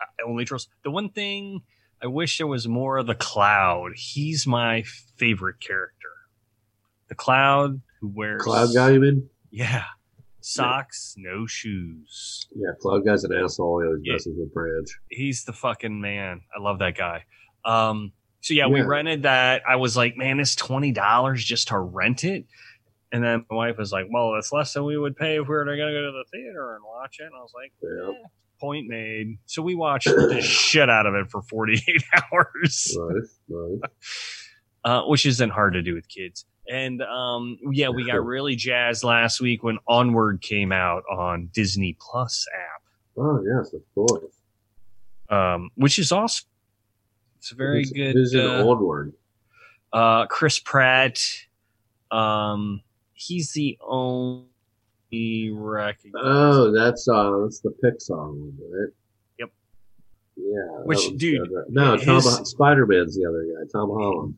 F: I- only trolls. The one thing I wish there was more of the Cloud. He's my favorite character. The Cloud who wears
H: Cloud guy, you mean?
F: Yeah, socks, no shoes.
H: Yeah, Cloud guy's an asshole. He always
F: Yeah.
H: messes with Branch.
F: he's the fucking man. I love that guy. Um, so yeah, we
H: Yeah.
F: rented that. I was like, man, it's twenty dollars just to rent it. And then my wife was like, well, that's less than we would pay if we were to go to the theater and watch it. And I was like,
H: Yeah.
F: eh, point made. So we watched (laughs) the shit out of it for forty eight (laughs) hours,
H: Right, right.
F: uh, which isn't hard to do with kids. And um, yeah, we got really jazzed last week when Onward came out on Disney Plus app.
H: Oh yes, of course.
F: um, which is awesome. It's a very
H: Who's-
F: good.
H: Who's in
F: uh,
H: Onward?
F: uh, Chris Pratt. Um, he's the only recognized.
H: Oh, that's uh, that's the Pixar one, right?
F: Yep.
H: Yeah. that
F: Which,
H: one's
F: dude,
H: good, right? No, Tom.
F: his-
H: Spider Man's the other guy. Tom Holland.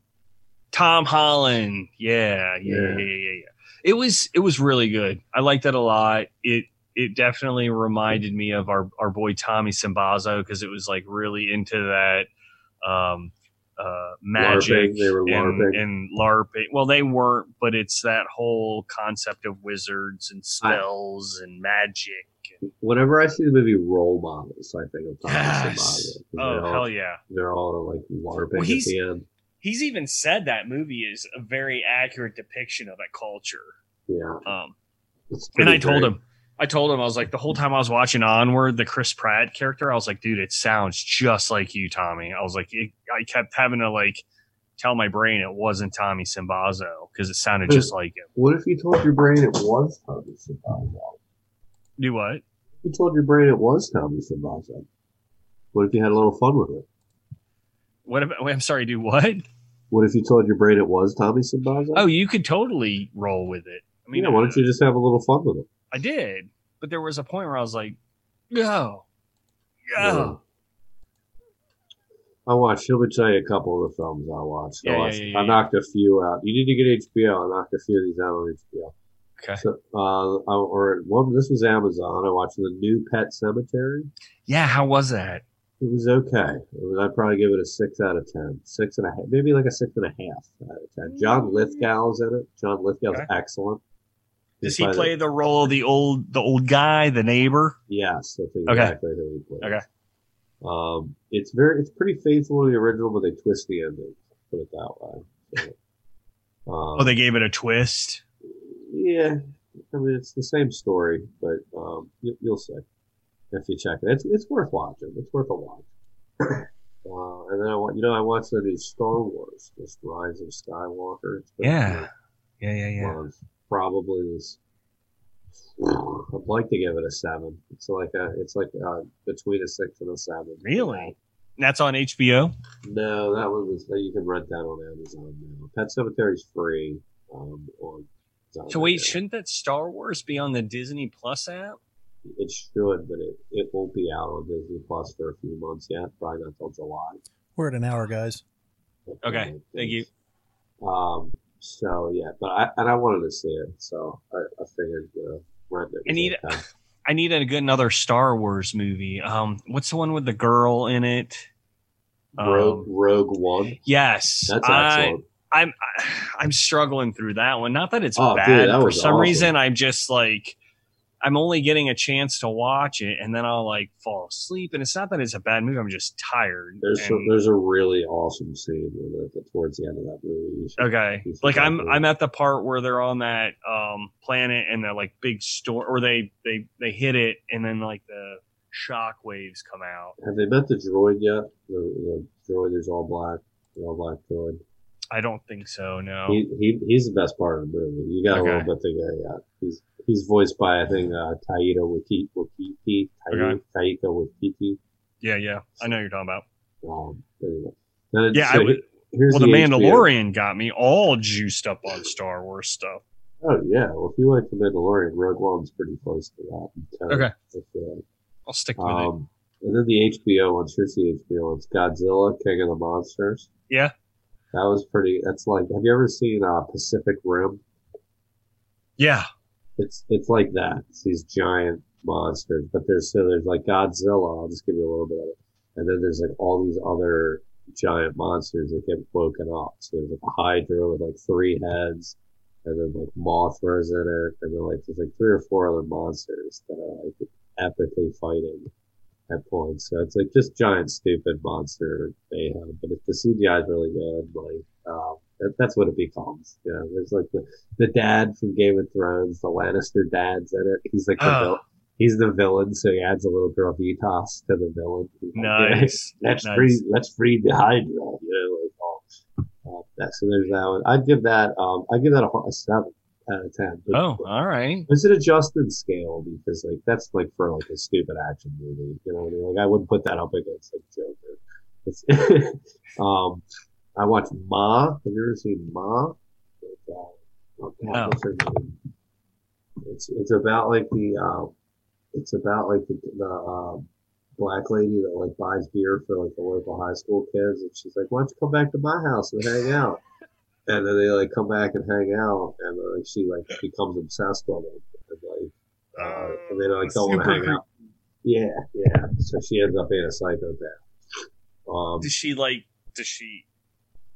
F: Tom Holland. Yeah, yeah, yeah, yeah,
H: Yeah.
F: yeah, yeah. It was it was really good. I liked it a lot. It it definitely reminded me of our our boy Tommy Simbazo because it was like really into that um uh magic
H: LARPing, they were
F: and,
H: LARPing.
F: and LARPing. Well, they weren't, but it's that whole concept of wizards and spells and magic.
H: Whenever I see the movie Role Models, I think of Tom
F: Yes.
H: Simbago.
F: Oh hell yeah!
H: they're all like LARPing
F: Well,
H: at
F: he's-
H: the end.
F: he's even said that movie is a very accurate depiction of a culture.
H: Yeah.
F: Um,
H: it's
F: and
H: pretty
F: I told
H: great.
F: him, I told him, I was like, the whole time I was watching Onward, the Chris Pratt character, I was like, dude, it sounds just like you, Tommy. I was like, it, I kept having to like tell my brain it wasn't Tommy Simbazo because it sounded just like him.
H: What if you told your brain it was Tommy Simbazo?
F: Do what?
H: You told your brain it was Tommy Simbazo. What if you had a little fun with it?
F: What? About, wait, I'm sorry. Do what?
H: What if you told your brain it was Tommy Simbazo?
F: Oh, you could totally roll with it. I mean,
H: yeah, why don't you just have a little fun with it?
F: I did, but there was a point where I was like, no, no.
H: I watched. Let me tell you a couple of the films I watched.
F: Yeah,
H: I,
F: yeah,
H: watched,
F: yeah,
H: I
F: yeah.
H: knocked a few out. You need to get HBO. I knocked a few of these out on HBO.
F: Okay.
H: So, uh, I, or one. This was Amazon. I watched the new Pet Cemetery.
F: Yeah. How was that?
H: It was okay. It was, I'd probably give it a six out of ten. Six and a half, maybe like a six and a half out of ten. John Lithgow's in it. John Lithgow's
F: Mm. Okay.
H: excellent.
F: Does he
H: He's
F: play
H: probably
F: the role of the old, the old guy, the neighbor?
H: Yes, that's
F: Okay.
H: exactly who he plays.
F: Okay.
H: Um, it's very, it's pretty faithful to the original, but they twist the ending. Put it that
F: (laughs)
H: way. So, um,
F: Oh, they gave it a twist.
H: yeah. I mean, it's the same story, but um, you, you'll see if you check it. It's it's worth watching. It's worth a watch. (coughs) uh, and then I want you know I watched the new Star Wars, this Rise of Skywalker. It's been
F: Yeah. Yeah, yeah, yeah.
H: was probably this. I'd like to give it a seven. It's like a, it's like uh between a six and a seven.
F: Really? And that's on HBO.
H: No, that one was. You can rent that on Amazon now. Pet Cemetery's free. Um, on Amazon
F: So wait,
H: now.
F: shouldn't that Star Wars be on the Disney Plus app?
H: it should, but it, it won't be out on Disney Plus for a few months yet. Probably not till July.
G: We're at an hour, guys.
F: Okay, thank you.
H: Um, so yeah, but I and I wanted to see it, so I, I figured uh, rent it.
F: I need-
H: Okay.
F: I need to get another Star Wars movie. Um, what's the one with the girl in it? Um,
H: Rogue Rogue One.
F: Yes,
H: That's
F: I,
H: excellent.
F: I'm (sighs) I- I'm struggling through that one. Not that it's
H: Oh, dude,
F: bad.
H: that
F: For
H: was
F: some
H: awesome.
F: reason, I'm just like I'm only getting a chance to watch it, and then I'll like fall asleep. And it's not that it's a bad movie. I'm just tired.
H: There's a,
F: and-
H: there's a really awesome scene with it towards the end of that movie. You should-
F: Okay.
H: He's
F: Like I'm
H: exactly-
F: I'm at the part where they're on that um planet and they're like big storm or they they they hit it and then like the shock waves come out.
H: Have they met the droid yet? The, the droid is all black, the all black droid.
F: I don't think so, no.
H: He, he he's the best part of the movie. You got a
F: Okay.
H: little bit to go. Yeah, he's he's voiced by I think uh, Taika Waititi. Waititi Taika,
F: Okay.
H: Taika Waititi.
F: yeah, yeah. I know what you're talking about.
H: Um, anyway. Then it-
F: Yeah,
H: so
F: I would-
H: he- here's
F: Well, the
H: HBO.
F: Mandalorian got me all juiced up on Star Wars stuff.
H: Oh yeah. Well, if you like the Mandalorian, Rogue One's pretty close to that. So,
F: Okay.
H: I feel like.
F: I'll stick with it.
H: Um, and then the HBO ones. Here's the HBO ones. Godzilla, King of the Monsters.
F: Yeah.
H: That was pretty. That's like. Have you ever seen uh, Pacific Rim?
F: Yeah.
H: It's it's like that. It's these giant monsters, but there's so there's like Godzilla. I'll just give you a little bit of it, and then there's like all these other giant monsters that get woken up. So there's like a Hydra with like three heads, and then like Mothra's in it, and then like there's like three or four other monsters that are like epically fighting at points. So it's like just giant stupid monster mayhem, but if the CGI is really good, like. Um, that, that's what it becomes. You know, there's like the the dad from Game of Thrones, the Lannister dad's in it. He's like the (laughs)
F: Ah.
H: vil- he's the villain, so he adds a little gravitas to the villain. He's like,
F: Nice.
H: (laughs) let's
F: nice.
H: free let's free the Hydra. You know, like oh, uh, that, so there's that one. I'd give that um I'd give that a, a seven out of ten. But-
F: Oh, all right.
H: it's an adjustment scale because like that's like for like a stupid action movie, you know. What I mean? Like I wouldn't put that up against like Joker. It's, (laughs) um, I watched Ma. Have you ever seen Ma? Like, uh, oh, God,
F: No.
H: what's her name? It's it's about like the um, it's about like the, the um, black lady that like buys beer for like the local high school kids, and she's like, "Why don't you come back to my house and hang out?" and then they like come back and hang out, and uh, like she like becomes obsessed with him, and like, uh, and they like don't want to
F: Oh, Super
H: hang
F: creep.
H: out. Yeah, yeah. So she ends up being a psychopath. Um,
F: Does she like does she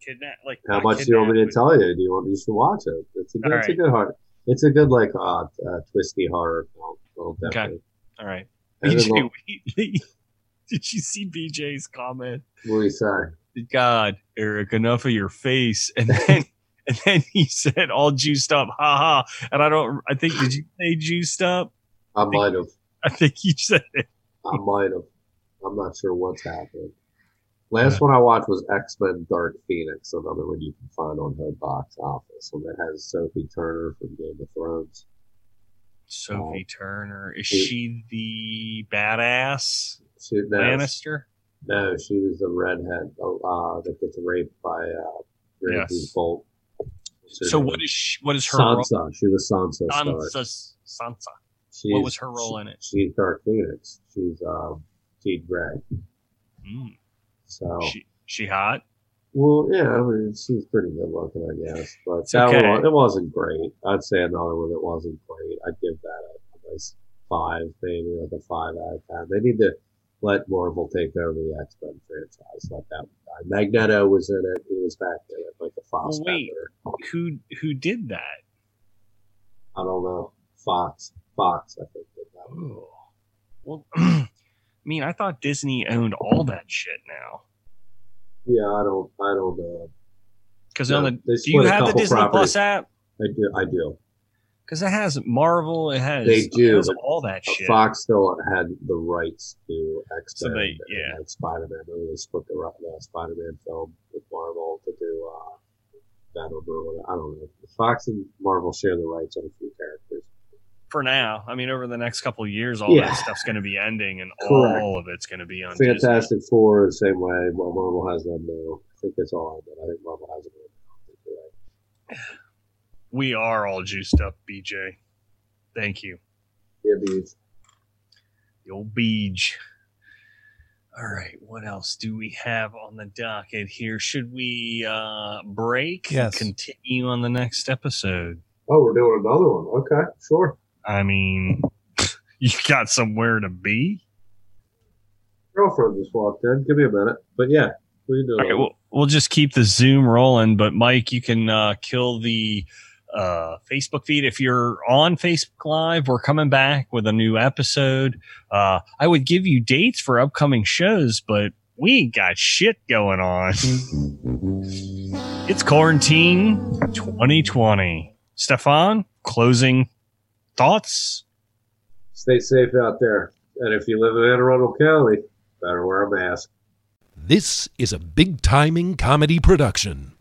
F: kidnap like
H: how
F: not
H: much do you want me to
F: kidnap,
H: tell you? Do you want you should watch it? It's a good,
F: All
H: it's
F: right.
H: a good horror. It's a good like uh, uh twisty horror film. Well,
F: Okay.
H: definitely.
F: but- All right. (laughs)
H: And then
F: BJ Wheatley. Did you see BJ's comment?
H: What do you say?
F: God, Eric, enough of your face. (laughs) And then and then he said all juiced up, ha ha. And I don't I think did you say juiced up?
H: I might have.
F: I think you said it.
H: I might have. I'm not sure what's happened. Last one I watched was X Men Dark Phoenix, another one you can find on her box office, and it has Sophie Turner from Game of Thrones. Oh.
F: Sophie Turner. Is she the badass
H: She, no,
F: Lannister?
H: no, she was the redhead uh, that gets raped by uh, Ramsay
F: Yes.
H: Bolt.
F: So what is she, what is her
H: Sansa? She was Sansa.
F: role?
H: Stark.
F: Sansa. Sansa.
H: She's,
F: What was her role in it?
H: she- She's Dark Phoenix. She's um, Jean Grey.
F: Mm.
H: So
F: She she hot?
H: Well, yeah, I mean, she's pretty good looking, I guess. But
F: It's
H: that
F: okay.
H: one, it wasn't great. I'd say another one that wasn't great. I'd give that a, a nice five, maybe like a five out of ten. They need to let Marvel take over the X Men franchise. Let that one die. Magneto was in it. He was back in it, like a Fox
F: wait. Who who did that?
H: I don't know. Fox. Fox, I think. Did that one.
F: Ooh. Well, (clears throat) I mean, I thought Disney owned all that shit now.
H: Yeah, I don't. I don't know.
F: Because
H: Yeah,
F: on the
H: they
F: do you
H: split a
F: have the
H: couple
F: Disney Plus
H: properties.
F: app?
H: I do. I do.
F: Because it has Marvel, it has
H: They do,
F: it has
H: but
F: all that shit.
H: Fox still had the rights to X
F: So
H: Men,
F: they- yeah.
H: like Spider Man. They really split the right- uh, Spider Man film with Marvel to do uh, Venom or whatever. I don't know. Fox and Marvel share the rights on a few characters.
F: For now, I mean, over the next couple of years, all
H: Yeah.
F: that stuff's going to be ending, and
H: Correct.
F: all of it's going to be on Disney.
H: Fantastic Four, the same way. Well, Marvel has them now. I think that's all I did. I think Marvel has them now. I think you're right.
F: We are all juiced up, BJ. Thank you,
H: Yeah, these-
F: the old beej. All right, what else do we have on the docket here? Should we uh break? and
G: Yes.
F: Continue on the next episode.
H: Oh, we're doing another one. Okay, sure.
F: I mean, (laughs) you got somewhere to be.
H: Girlfriend just walked in. Give me a minute. But yeah, we can do
F: Okay,
H: another one.
F: we'll, we'll just keep the Zoom rolling, but Mike, you can uh, kill the uh, Facebook feed if you're on Facebook Live. We're coming back with a new episode. Uh, I would give you dates for upcoming shows, but we ain't got shit going on. it's quarantine 2020. Stefan, closing thoughts.
H: Stay safe out there. And if you live in Anne Arundel County, better wear a mask.
A: This is a big timing comedy production.